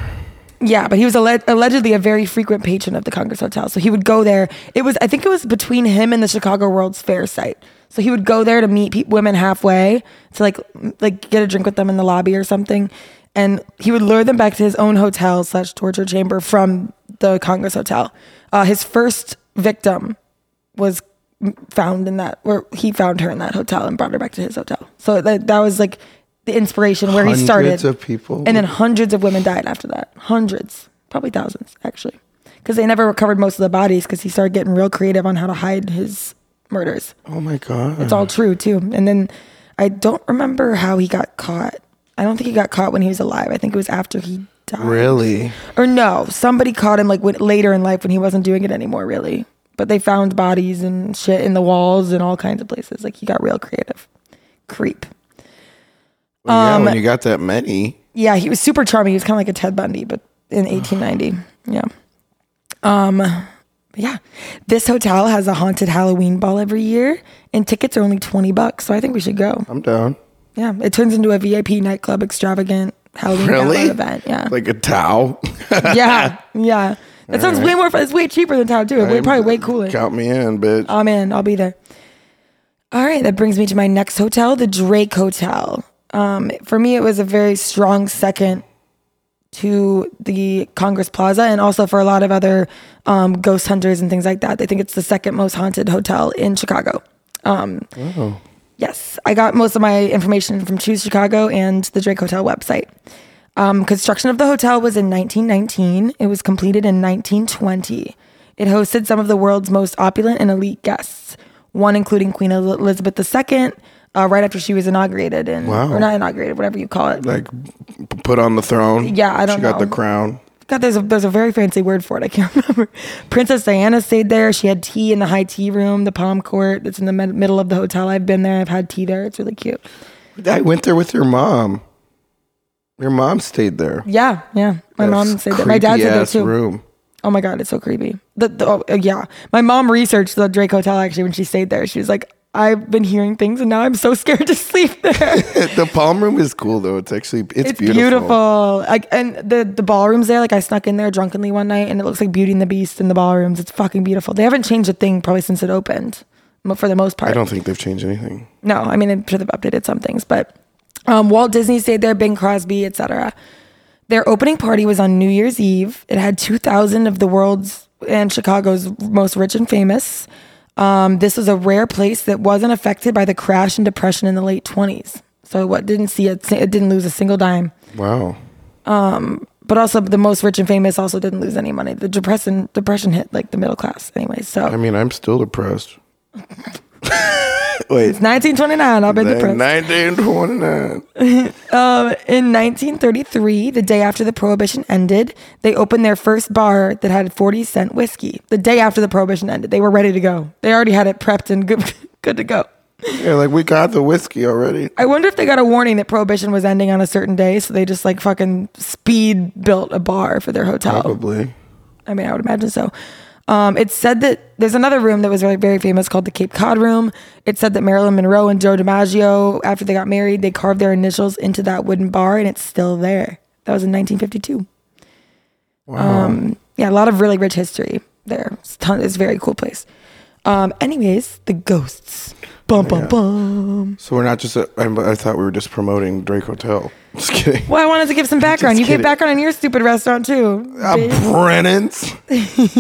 B: Yeah, but he was alle- allegedly a very frequent patron of the Congress Hotel. So he would go there. It was, I think it was between him and the Chicago World's Fair site. So he would go there to meet pe- women halfway to like, m- like get a drink with them in the lobby or something. And he would lure them back to his own hotel slash torture chamber from the Congress Hotel. Uh, his first victim was m- found in that, or he found her in that hotel and brought her back to his hotel. So that, that was like the inspiration where he started.
A: Hundreds of people.
B: And then hundreds of women died after that. Hundreds, probably thousands, actually. Because they never recovered most of the bodies because he started getting real creative on how to hide his murders.
A: oh my god.
B: It's all true, too. And then I don't remember how he got caught. I don't think he got caught when he was alive. I think it was after he died.
A: really.
B: Or no, somebody caught him like when, later in life when he wasn't doing it anymore, really. But they found bodies and shit in the walls and all kinds of places. Like he got real creative. Creep.
A: Well,
B: Um,
A: yeah, when you got that many.
B: yeah, he was super charming. He was kind of like a Ted Bundy, but in 1890. Yeah. Um, but yeah. This hotel has a haunted Halloween ball every year, and tickets are only 20 bucks. So I think we should go.
A: I'm down.
B: Yeah. It turns into a VIP nightclub extravagant Halloween gala
A: Really?
B: event. Yeah.
A: Like a towel.
B: yeah. Yeah. That sounds way more fun. It's way cheaper than Town, too. It's probably way cooler. Uh,
A: Count me in, bitch.
B: I'm in. I'll be there. All right, that brings me to my next hotel, the Drake Hotel. Um, for me, it was a very strong second to the Congress Plaza, and also for a lot of other um, ghost hunters and things like that. They think it's the second most haunted hotel in Chicago. Um, Yes, I got most of my information from Choose Chicago and the Drake Hotel website. Um, construction of the hotel was in 1919. It was completed in 1920. It hosted some of the world's most opulent and elite guests, one including Queen El- Elizabeth II, uh, right after she was inaugurated, and
A: Wow.
B: or not inaugurated, whatever you call it.
A: like p- put on the throne.
B: Yeah, I don't
A: She got
B: know.
A: the crown.
B: God, there's a there's a very fancy word for it. I can't remember. Princess Diana stayed there. She had tea in the high tea room, the Palm Court. That's in the mid- middle of the hotel. I've been there. I've had tea there. It's really cute.
A: I went there with your mom. Your mom stayed there.
B: Yeah, yeah. My mom
A: That's
B: stayed there. My dad stayed there
A: creepy-ass
B: too.
A: Room.
B: Oh my god, it's so creepy. The, the oh, uh, yeah, my mom researched the Drake Hotel actually when she stayed there. She was like, "I've been hearing things, and now I'm so scared to sleep there."
A: the palm room is cool though. It's actually it's,
B: it's beautiful. Like, and the the ballrooms there. Like, I snuck in there drunkenly one night, and it looks like Beauty and the Beast in the ballrooms. It's fucking beautiful. They haven't changed a thing probably since it opened, mo- for the most part.
A: I don't think they've changed anything.
B: No, I mean, I'm sure they've updated some things, but um, Walt Disney stayed there, Bing Crosby, etc. Their opening party was on New Year's Eve. It had 2,000 of the world's and Chicago's most rich and famous. Um, this was a rare place that wasn't affected by the crash and depression in the late 20s. So what didn't see it, it didn't lose a single dime.
A: Wow.
B: But also the most rich and famous also didn't lose any money. The depression depression hit like the middle class anyway. So
A: I mean, I'm still depressed. Wait.
B: 1929, I've been depressed.
A: 1929.
B: Um, In 1933, the day after the prohibition ended, they opened their first bar that had 40 cent whiskey. The day after the prohibition ended, they were ready to go. They already had it prepped and good, good to go.
A: Yeah, like we got the whiskey already.
B: I wonder if they got a warning that prohibition was ending on a certain day, so they just like fucking speed built a bar for their hotel.
A: Probably.
B: I mean, I would imagine so. Um, it said that there's another room that was very, very famous called the Cape Cod Room. It said that Marilyn Monroe and Joe DiMaggio, after they got married, they carved their initials into that wooden bar, and it's still there. That was in 1952.
A: Wow.
B: Um, yeah, a lot of really rich history there. It's, a ton, it's a very cool place. Um, anyways, the ghosts. Bum, bum, bum.
A: So we're not just. A, I, I thought we were just promoting Drake Hotel. Just kidding.
B: Well, I wanted to give some background. You
A: kidding.
B: gave background on your stupid restaurant too.
A: Uh,
B: bitch.
A: Brennan's.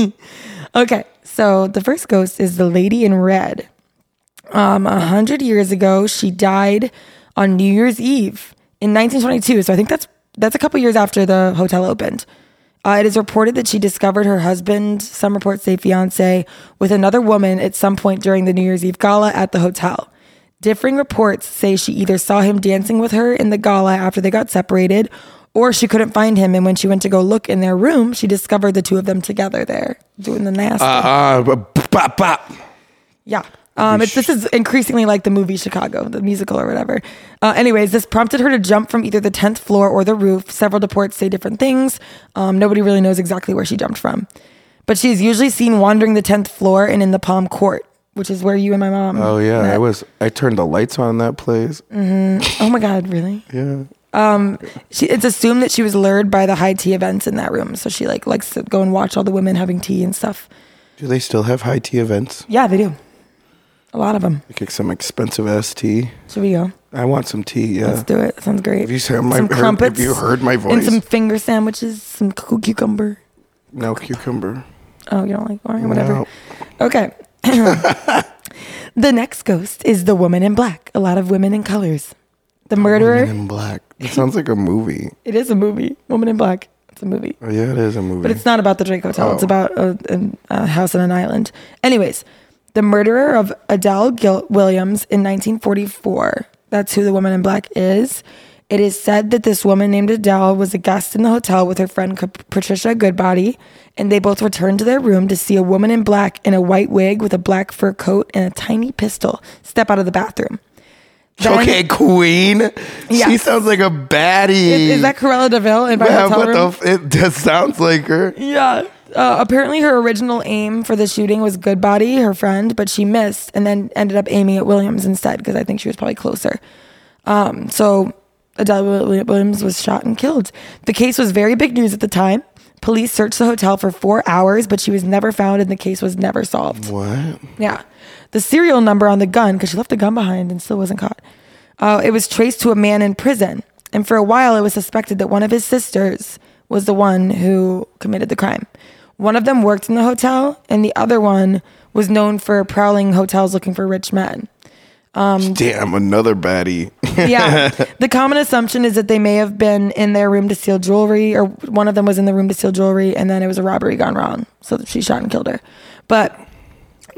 B: Okay, so the first ghost is the lady in red. Um, a hundred years ago, she died on New Year's Eve in 1922. So I think that's that's a couple years after the hotel opened. Uh, it is reported that she discovered her husband, some reports say fiance, with another woman at some point during the New Year's Eve gala at the hotel. Differing reports say she either saw him dancing with her in the gala after they got separated, or she couldn't find him. And when she went to go look in their room, she discovered the two of them together there doing the nasty.
A: Uh, bop, bop, bop.
B: Yeah. Um, it's, this is increasingly like the movie Chicago, the musical or whatever. Uh, anyways, this prompted her to jump from either the 10th floor or the roof. Several reports say different things. Um, nobody really knows exactly where she jumped from. But she is usually seen wandering the 10th floor and in the Palm Court, which is where you and my mom.
A: Oh yeah, I
B: met.
A: was. I turned the lights on in that place.
B: Oh my God, really?
A: Yeah.
B: She, it's assumed that she was lured by the high tea events in that room. So she like likes to go and watch all the women having tea and stuff.
A: Do they still have high tea events?
B: Yeah, they do. A lot of them.
A: Like some expensive ass tea.
B: Should we go?
A: I want some tea. Yeah.
B: Let's do it. Sounds great.
A: Have you heard my- heard- have you heard my
B: And
A: voice?
B: some finger sandwiches, some cu- cucumber.
A: no cucumber.
B: Oh, you don't like all right, whatever.
A: No.
B: Okay. the next ghost is the woman in black. A lot of women in colors. The murderer.
A: Men in black. It sounds like a movie.
B: it is a movie. Woman in black. It's a movie.
A: Oh, yeah, it is a movie.
B: But it's not about the Drake Hotel. It's
A: Oh.
B: about a, an- a house on an island. Anyways, the murderer of Adele Gil- Williams in 1944. That's who the woman in black is. It is said that this woman named Adele was a guest in the hotel with her friend Ca- Patricia Goodbody, and they both returned to their room to see a woman in black in a white wig with a black fur coat and a tiny pistol step out of the bathroom. Then-
A: okay, Queen. She
B: Yes.
A: sounds like a baddie.
B: Is, is that Corella Deville in my
A: yeah, Mm.
B: hotel
A: what
B: room?
A: the? F- it just sounds like her.
B: Yeah. Uh, apparently, her original aim for the shooting was Goodbody, her friend, but she missed and then ended up aiming at Williams instead because I think she was probably closer. Um, so Adele Wi- Williams was shot and killed. The case was very big news at the time. Police searched the hotel for four hours, but she was never found and the case was never solved.
A: What?
B: Yeah. The serial number on the gun, because she left the gun behind and still wasn't caught, uh, it was traced to a man in prison. And for a while, it was suspected that one of his sisters was the one who committed the crime. One of them worked in the hotel, and the other one was known for prowling hotels looking for rich men.
A: Damn, another baddie.
B: Yeah. the common assumption is that they may have been in their room to steal jewelry, or one of them was in the room to steal jewelry, and then it was a robbery gone wrong. So that she shot and killed her. But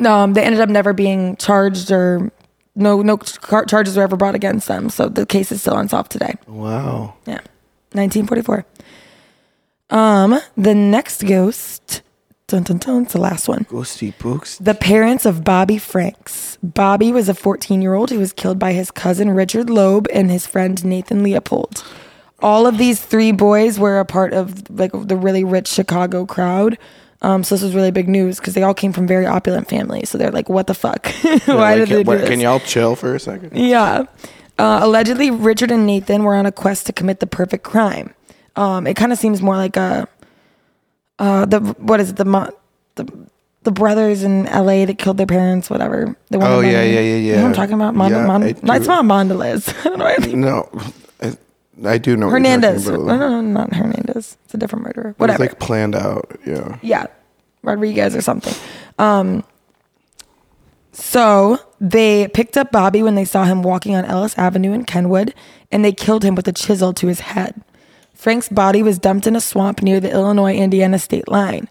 B: um, they ended up never being charged or no no car- charges were ever brought against them. So the case is still unsolved today.
A: wow.
B: Yeah. 1944. Um, the next ghost, dun dun dun, it's the last one.
A: Ghosty books.
B: The parents of Bobby Franks. Bobby was a 14 year old who was killed by his cousin Richard Loeb and his friend Nathan Leopold. All of these three boys were a part of like the really rich Chicago crowd. Um, so this was really big news because they all came from very opulent families. So they're like, "What the fuck? Why did
A: can,
B: they do
A: what-
B: this?"
A: Can y'all chill for a second?
B: Yeah. Uh, allegedly, Richard and Nathan were on a quest to commit the perfect crime. Um, it kind of seems more like a uh, the what is it the mo- the the brothers in L.A. that killed their parents, whatever. The one
A: Oh,
B: in
A: yeah,
B: Miami.
A: yeah, yeah,
B: You know what I'm
A: yeah.
B: talking about? Mond-
A: Yeah,
B: Mond-
A: I
B: no, it's
A: do.
B: not Mondelez. I don't know. Why I think-
A: No, I, I do know. what you're talking
B: Hernandez.
A: about.
B: No, no, no, not Hernandez. It's a different murderer.
A: It was
B: Whatever.
A: like planned out. Yeah.
B: yeah, Rodriguez or something. Um, so they picked up Bobby when they saw him walking on Ellis Avenue in Kenwood, and they killed him with a chisel to his head. Frank's body was dumped in a swamp near the Illinois Indiana state line.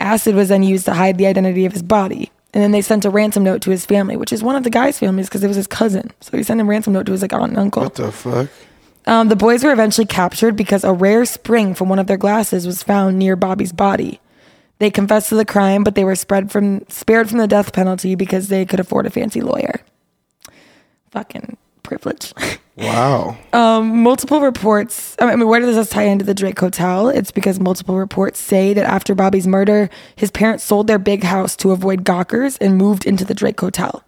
B: Acid was then used to hide the identity of his body. And then they sent a ransom note to his family, which is one of the guy's families because it was his cousin. So he sent a ransom note to his like aunt and uncle.
A: What the fuck?
B: Um, the boys were eventually captured because a rare spring from one of their glasses was found near Bobby's body. They confessed to the crime, but they were spread from spared from the death penalty because they could afford a fancy lawyer. Fucking privilege.
A: Wow.
B: Um, multiple reports. I mean, where does this tie into the Drake Hotel? It's because multiple reports say that after Bobby's murder, his parents sold their big house to avoid gawkers and moved into the Drake Hotel.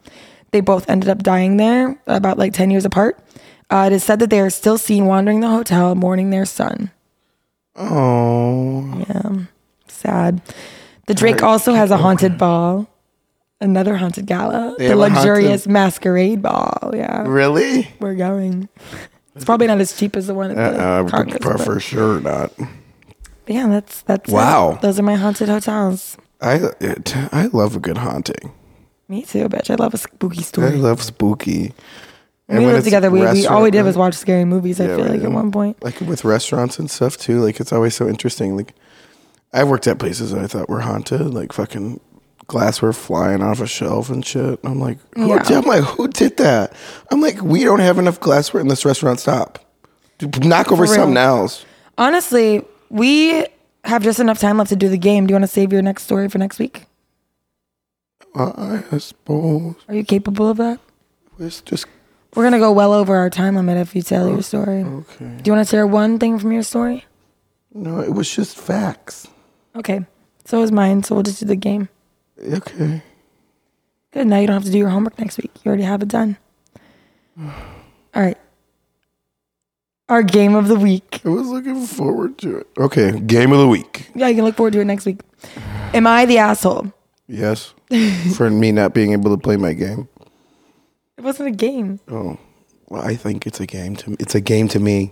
B: They both ended up dying there about like 10 years apart. Uh, it is said that they are still seen wandering the hotel, mourning their son.
A: Oh.
B: Yeah, sad. The Drake also has a haunted ball. another haunted gala.
A: They
B: the
A: have a
B: luxurious
A: haunted-
B: masquerade ball. Yeah.
A: Really?
B: We're going. It's probably not as cheap as the one at
A: Uh,
B: the
A: uh,
B: Congress,
A: for-
B: but-
A: for sure not.
B: but yeah, that's that's it.
A: Wow.
B: Those are my haunted hotels.
A: I it, I love a good haunting.
B: Me too, bitch. I love a spooky
A: I
B: story.
A: love spooky.
B: When we lived together. We, we all we did was
A: watch.
B: watch scary movies. I
A: Yeah,
B: feel
A: we
B: like
A: did.
B: at one point.
A: like with restaurants and stuff too. Like it's always so interesting. Like I've worked at places that I thought were haunted, like fucking glassware flying off a shelf and shit. I'm like, who
B: Yeah.
A: did, I'm like, who did that? I'm like, we don't have enough glassware in this restaurant. Stop. Dude, knock over
B: real.
A: something else.
B: Honestly, we have just enough time left to do the game. Do you want to save your next story for next week?
A: Uh, I suppose
B: Are you capable of that?
A: it's just
B: We're gonna go well over our time limit if you tell your story. Do
A: okay.
B: you want to share one thing from your story?
A: No, it was just facts.
B: Okay. So is mine. So we'll just do the game.
A: Okay.
B: Good. Now you don't have to do your homework next week. You already have it done. All right. Our game of the week.
A: I was looking forward to it. Okay, game of the week.
B: Yeah, you can look forward to it next week. Am I the asshole?
A: Yes. For me not being able to play my game.
B: It wasn't a game.
A: Oh, well, I think it's a game to it's a game to me.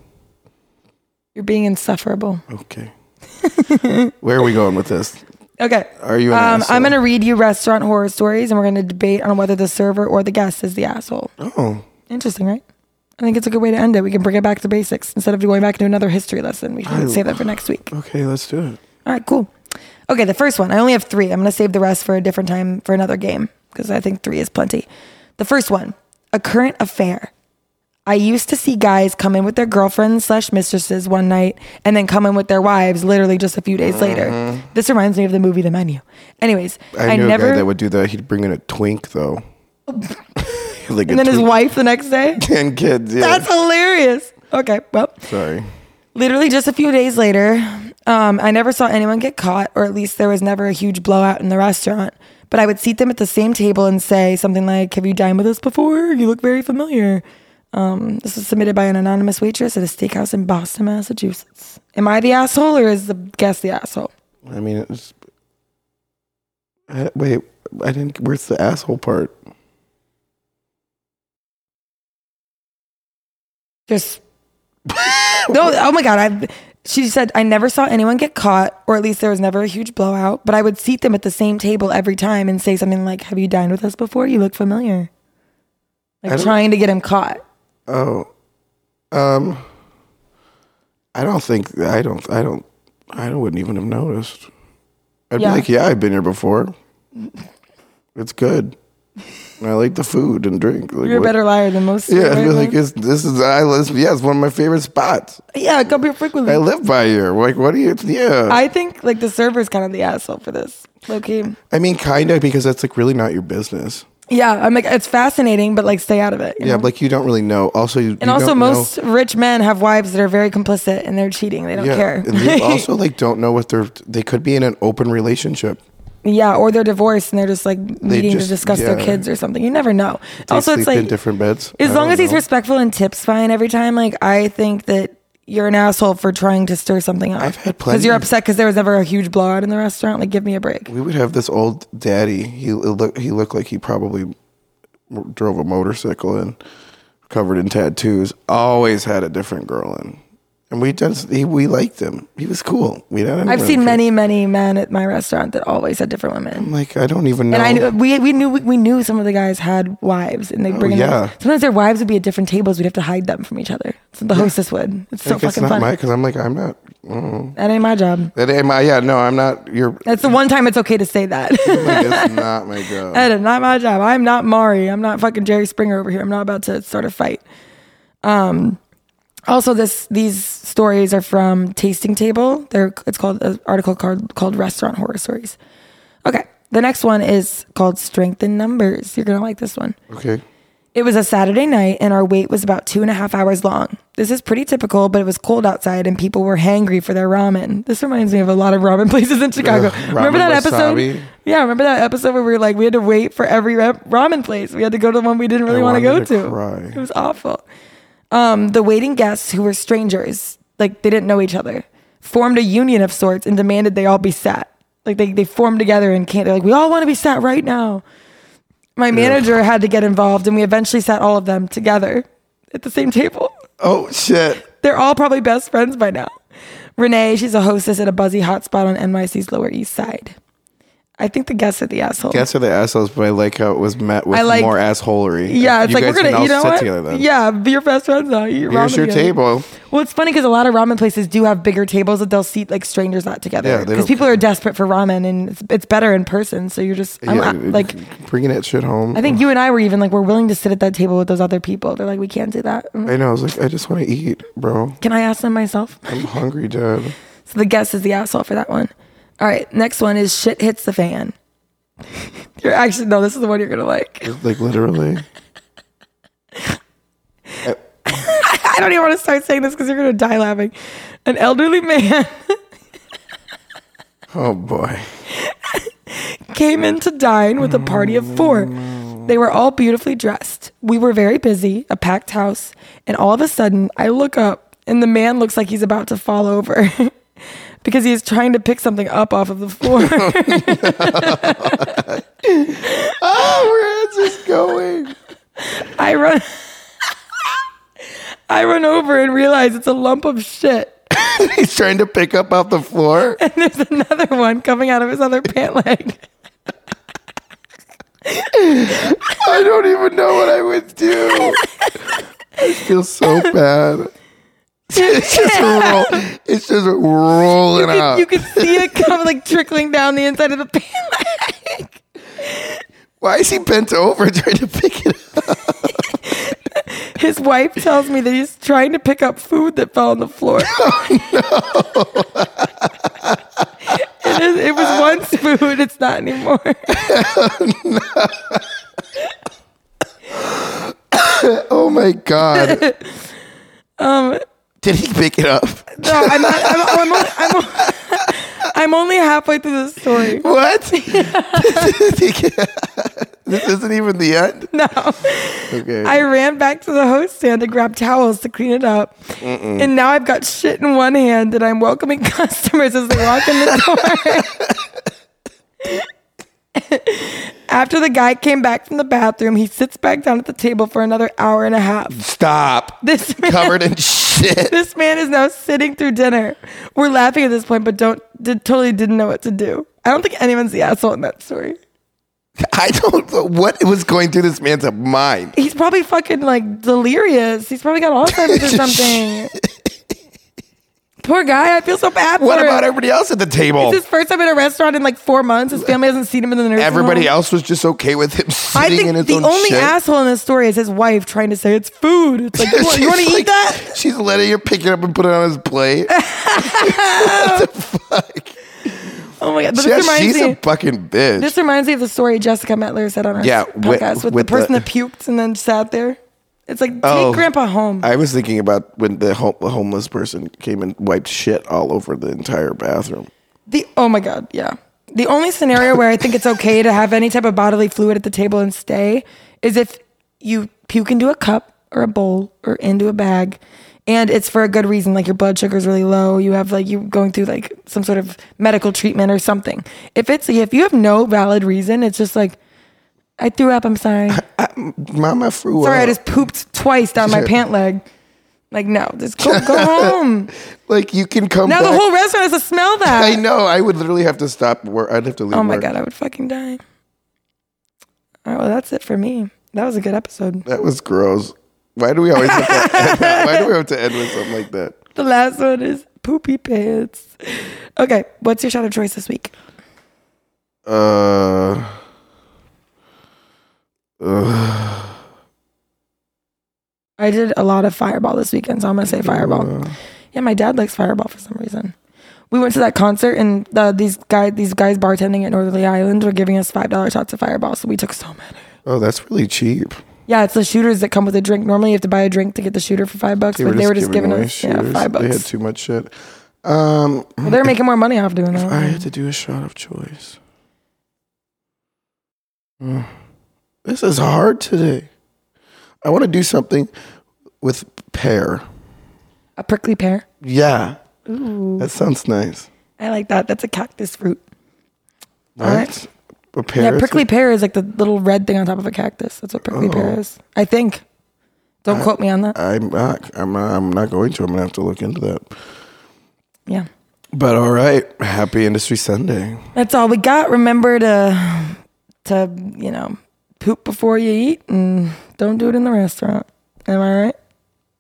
B: You're being insufferable.
A: Okay, where are we going with this?
B: Okay.
A: Are you? An
B: Um,
A: asshole?
B: I'm going to read you restaurant horror stories and we're going to debate on whether the server or the guest is the asshole.
A: Oh,
B: Interesting, right? I think it's a good way to end it. We can bring it back to basics instead of going back to another history lesson. We
A: I-
B: can save that for next week.
A: okay, let's do it.
B: All right, cool. Okay, the first one. I only have three. I'm going to save the rest for a different time for another game because I think three is plenty. The first one a current affair. I used to see guys come in with their girlfriends slash mistresses one night and then come in with their wives literally just a few days later. This reminds me of the movie The Menu. Anyways, I,
A: Mm-hmm. I, knew
B: never.
A: a guy that would do that. He'd bring in a twink though, like
B: and
A: a
B: then his
A: twink
B: wife the next day?
A: and kids. Yeah,
B: That's hilarious. Okay, well,
A: sorry.
B: literally just a few days later, um, I never saw anyone get caught, or at least there was never a huge blowout in the restaurant. But I would seat them at the same table and say something like, Have you dined with us before? You look very familiar. Um, this was submitted by an anonymous waitress at a steakhouse in Boston, Massachusetts. Am I the asshole or is the guest the asshole?
A: I mean, it's I, wait. I didn't. Where's the asshole part?
B: Just no. Oh my god! I she said I never saw anyone get caught, or at least there was never a huge blowout. But I would seat them at the same table every time and say something like, "Have you dined with us before? You look familiar."
A: I
B: Like
A: don't-
B: trying to get him caught.
A: Oh, um, I don't think I don't I don't I wouldn't even have noticed. I'd
B: Yeah.
A: be like, yeah, I've been here before. It's good. I like the food and drink. Like,
B: You're a
A: what-
B: better liar than most.
A: Yeah, I'd
B: right,
A: be like,
B: Lauren?
A: it's, this is I live. Yeah, it's one of my favorite spots.
B: yeah, I come here frequently.
A: I
B: I,
A: live by here. Like, what do you? Yeah, I,
B: think like the server's kind of the asshole for this. Okay.
A: mean, kind of because that's like really not your business.
B: Yeah, I'm like it's fascinating, but like stay out of it. you
A: Yeah,
B: know?
A: like you don't really know. Also, you,
B: and
A: you
B: also
A: don't know-
B: most rich men have wives that are very complicit and they're cheating. They don't
A: yeah,
B: care.
A: and you also like don't know what they're. They could be in an open relationship.
B: Yeah, or they're divorced and they're just like meeting
A: just-
B: to discuss their
A: yeah.
B: kids or something. You never know. also,
A: sleep
B: it's like
A: in different beds.
B: as
A: I
B: long
A: don't
B: as he's
A: know.
B: respectful and tips fine every time. Like I think that you're an asshole for trying to stir something up.
A: I've had
B: because
A: plenty
B: you're
A: of-
B: upset because there was never a huge blowout in the restaurant. Like, give me a break.
A: We would have this old daddy. He looked. He looked like he probably drove a motorcycle and covered in tattoos. Always had a different girl in, and we just he, we liked him. He was cool. We had.
B: I've seen many, many men at my restaurant that always had different women.
A: Like I don't even know.
B: And I knew we, we knew we knew some of the guys had wives, and they bring in
A: Oh, yeah.
B: sometimes their wives would be at different tables. We'd have to hide them from each other. So the hostess would. It's so
A: Like, it's
B: fucking
A: not
B: fun.
A: my because I'm like I'm not. mm.
B: that ain't my job.
A: That ain't my. Yeah, no, I'm not. You're.
B: That's the one time it's okay to say that.
A: Like, it's not my job.
B: Edit, not my job. I'm not Mari. I'm not fucking Jerry Springer over here. I'm not about to start a fight. Um, also, this these stories are from Tasting Table. They're it's called an article called called Restaurant Horror Stories. Okay, the next one is called Strength in Numbers. You're gonna like this one.
A: Okay.
B: It was a Saturday night, and our wait was about two and a half hours long. This is pretty typical, but it was cold outside, and people were hangry for their ramen. This reminds me of a lot of ramen places in Chicago.
A: Ugh,
B: remember
A: ramen
B: that episode?
A: wasabi.
B: Yeah, remember that episode where we were like, we had to wait for every ra- ramen place. We had to go to the one we didn't really
A: I
B: want to go
A: wanted to
B: to.
A: cry.
B: It was awful. Um, the waiting guests, who were strangers, like they didn't know each other, formed a union of sorts and demanded they all be sat. Like they, they formed together and can't. They're like, we all want to be sat right now. my manager had to get involved, and we eventually sat all of them together at the same table.
A: Oh shit.
B: They're all probably best friends by now. Renee, she's a hostess at a buzzy hotspot on NYC's Lower East Side. I think the guests are the asshole.
A: Guess are the assholes, but I like how it was met with
B: I like-
A: more assholery.
B: yeah, it's
A: You
B: like we're
A: guys can
B: gonna,
A: all
B: you know
A: sit
B: what?
A: together then.
B: Yeah, be your best friends now. You
A: Here's
B: ramen
A: your
B: together.
A: table.
B: Well, it's funny because a lot of ramen places do have bigger tables that they'll seat like strangers at
A: Yeah,
B: together
A: they
B: because
A: don't-
B: people are desperate for ramen and it's, it's better in person. So you're just I'm,
A: yeah,
B: uh, like
A: bringing that shit home.
B: I think you and I were even like we're willing to sit at that table with those other people. They're like we can't do that. I'm like,
A: I know. I was like, I just want to eat, bro.
B: Can I ask them myself?
A: I'm hungry, Dad.
B: So the guest is the asshole for that one. All right, next one is shit hits the fan. you're actually no, this is the one you're gonna like.
A: Like literally.
B: I don't even want to start saying this because you're gonna die laughing. An elderly man
A: Oh boy.
B: came in to dine with a party of four. They were all beautifully dressed. We were very busy, a packed house, and all of a sudden I look up and the man looks like he's about to fall over because he is trying to pick something up off of the floor.
A: Oh, where is this going?
B: I run I run over and realize it's a lump of shit.
A: He's trying to pick up off the floor.
B: And there's another one coming out of his other pant leg.
A: I don't even know what I would do. I feel so bad. It's just roll, It's just rolling out.
B: You could see it come like trickling down the inside of the pant leg.
A: Why is he bent over trying to pick it up?
B: His wife tells me that he's trying to pick up food that fell on the floor. it, is, it was once food, it's not anymore.
A: Oh my god. Um. Did he pick it up?
B: No, I'm not. I'm, I'm, only, I'm, only- I'm only halfway through the story.
A: What? this isn't even the end.
B: No.
A: Okay.
B: I ran back to the host stand to grab towels to clean it up. And now I've got shit in one hand and I'm welcoming customers as they walk in the door. After the guy came back from the bathroom, he sits back down at the table for another hour and a half.
A: Stop.
B: This man,
A: Covered in shit.
B: this man is now sitting through dinner. We're laughing at this point, but don't did, totally didn't know what to do. I don't think anyone's the asshole in that story.
A: I don't know what was going through this man's mind.
B: He's probably fucking like delirious. He's probably got Alzheimer's or something. Poor guy. I feel so bad
A: What
B: for
A: about
B: him.
A: everybody else at the table?
B: It's his first time in a restaurant in like four months. His family hasn't seen him in the nursing
A: Everybody
B: home.
A: else was just okay with him
B: I
A: sitting
B: think
A: in his
B: the
A: own
B: only
A: shit.
B: asshole in this story is his wife trying to say it's food. It's like you,
A: She's
B: want to
A: like-
B: eat that?
A: She's letting him pick it up and put it on his plate. what the fuck?
B: Oh my god! But
A: Yeah,
B: this reminds
A: she's
B: me.
A: a fucking bitch.
B: this reminds me of the story Jessica Metler said on her
A: Yeah, wi-
B: podcast with,
A: with
B: the person
A: the-
B: that puked and then sat there. It's like take
A: Oh.
B: grandpa home.
A: I was thinking about when the hom- homeless person came and wiped shit all over the entire bathroom.
B: The oh my god, yeah. The only scenario where I think it's okay to have any type of bodily fluid at the table and stay is if you puke into a cup or a bowl or into a bag and it's for a good reason like your blood sugar's really low, you have like you going through like some sort of medical treatment or something. If it's if you have no valid reason, it's just like I threw up, I'm sorry.
A: Mama threw
B: Sorry, I
A: up.
B: just pooped twice down my pant leg. Like no, just go, go home.
A: like you can come
B: Now
A: back.
B: the whole restaurant has to smell that.
A: I know. I would literally have to stop work. I'd have to leave.
B: Oh my
A: work.
B: god, I would fucking die. All right, well, that's it for me. That was a good episode.
A: That was gross. Why do we always have to end that? Why do we have to end with something like that?
B: The last one is poopy pants. Okay, what's your shot of choice this week?
A: Uh,
B: I did a lot of fireball this weekend, so I'm gonna say fireball. Yeah, my dad likes fireball for some reason. We went to that concert, and uh, these guy, these guys bartending at Northerly Island were giving us five dollar shots of fireball, so we took so many.
A: oh, that's really cheap.
B: Yeah, it's the shooters that come with a drink. Normally, you have to buy a drink to get the shooter for five bucks, but they were just giving,
A: away
B: us yeah,
A: shoes.
B: five
A: They had
B: bucks.
A: too much shit. Um,
B: Well, they're making more money off doing that.
A: I had to do a shot of choice. Mm. This is hard today. I want to do something with pear.
B: A prickly pear.
A: Yeah,
B: Ooh.
A: that sounds nice.
B: I like that. That's a cactus fruit. All
A: Right?
B: right.
A: a pear?
B: yeah, prickly pear is like the little red thing on top of a cactus. That's what prickly
A: Oh.
B: pear is. I think. Don't
A: Uh,
B: quote me on that.
A: I'm not. I'm not, I'm not going to. I'm gonna have to look into that.
B: yeah.
A: But all right, happy Industry Sunday.
B: That's all we got. Remember to to, you know, poop before you eat and don't do it in the restaurant. Am I right?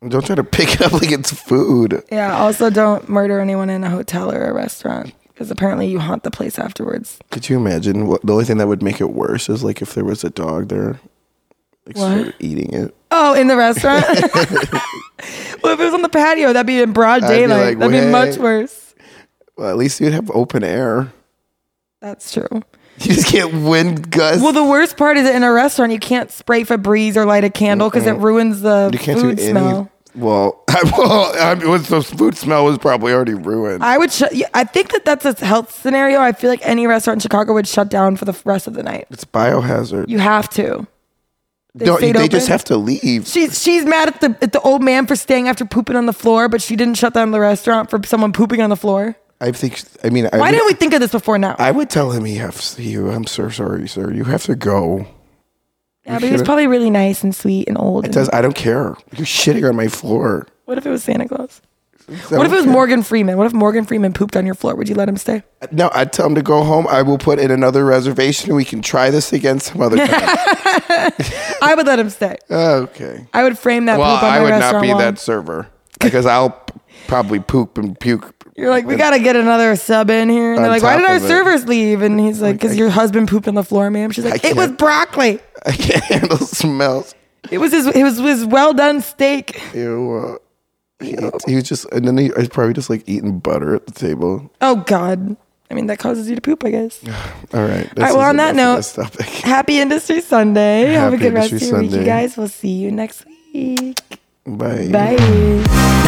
A: Don't try to pick it up like it's food.
B: Yeah, also don't murder anyone in a hotel or a restaurant because apparently you haunt the place afterwards.
A: Could you imagine? What, the only thing that would make it worse is like if there was a dog there, like
B: What?
A: started eating it.
B: Oh, in the restaurant? well, if it was on the patio, that'd be in broad
A: I'd be
B: daylight.
A: like,
B: that'd be much
A: "Wait."
B: worse.
A: Well, at least you'd have open air.
B: That's true.
A: You just get wind gusts.
B: Well, the worst part is that in a restaurant, you can't spray Febreze or light a candle because it ruins the
A: you can't
B: food
A: do any.
B: smell.
A: Well, I, well, I mean, the food smell was probably already ruined.
B: I would. Shut, yeah, I think that that's a health scenario. I feel like any restaurant in Chicago would shut down for the rest of the night.
A: it's biohazard.
B: You have to. They
A: Don't, they
B: stayed
A: just
B: open?
A: have to leave.
B: She's she's mad at the at the old man for staying after pooping on the floor, but she didn't shut down the restaurant for someone pooping on the floor.
A: I think. I mean, I
B: Why
A: would,
B: didn't we think of this before now?
A: I would tell him he has you. I'm so sorry, sir. You have to go.
B: yeah, but he was
A: should've-
B: probably really nice and sweet and old.
A: It
B: and-
A: does. I don't care. You're shitting on my floor.
B: what if it was Santa Claus?
A: I
B: What if
A: don't
B: it was
A: care.
B: Morgan Freeman? What if Morgan Freeman pooped on your floor? Would you let him stay?
A: No, I'd tell him to go home. I will put in another reservation. We can try this again some other time.
B: I would let him stay.
A: okay.
B: I would frame that
A: Well,
B: poop on my
A: I would not
B: restaurant
A: be
B: wall.
A: that server because I'll p- probably poop and puke.
B: You're like, we gotta get another sub in here. And they're
A: On
B: like, why
A: top
B: did our
A: of it.
B: servers leave? And he's like, because your husband pooped on the floor, ma'am. She's like,
A: I
B: it was
A: can't-
B: broccoli.
A: I can't handle smells.
B: It was his. It was his well done steak.
A: Ew. Uh, he, ate- he was just, and then he, he's probably just like eating butter at the table.
B: Oh God. I mean, that causes you to poop, I guess.
A: All right. All
B: right, well, on that note-
A: topic.
B: Happy Industry Sunday. Have
A: Happy
B: a good rest of
A: Industry
B: your week, you
A: Sunday.
B: guys. We'll see you next week.
A: Bye.
B: Bye.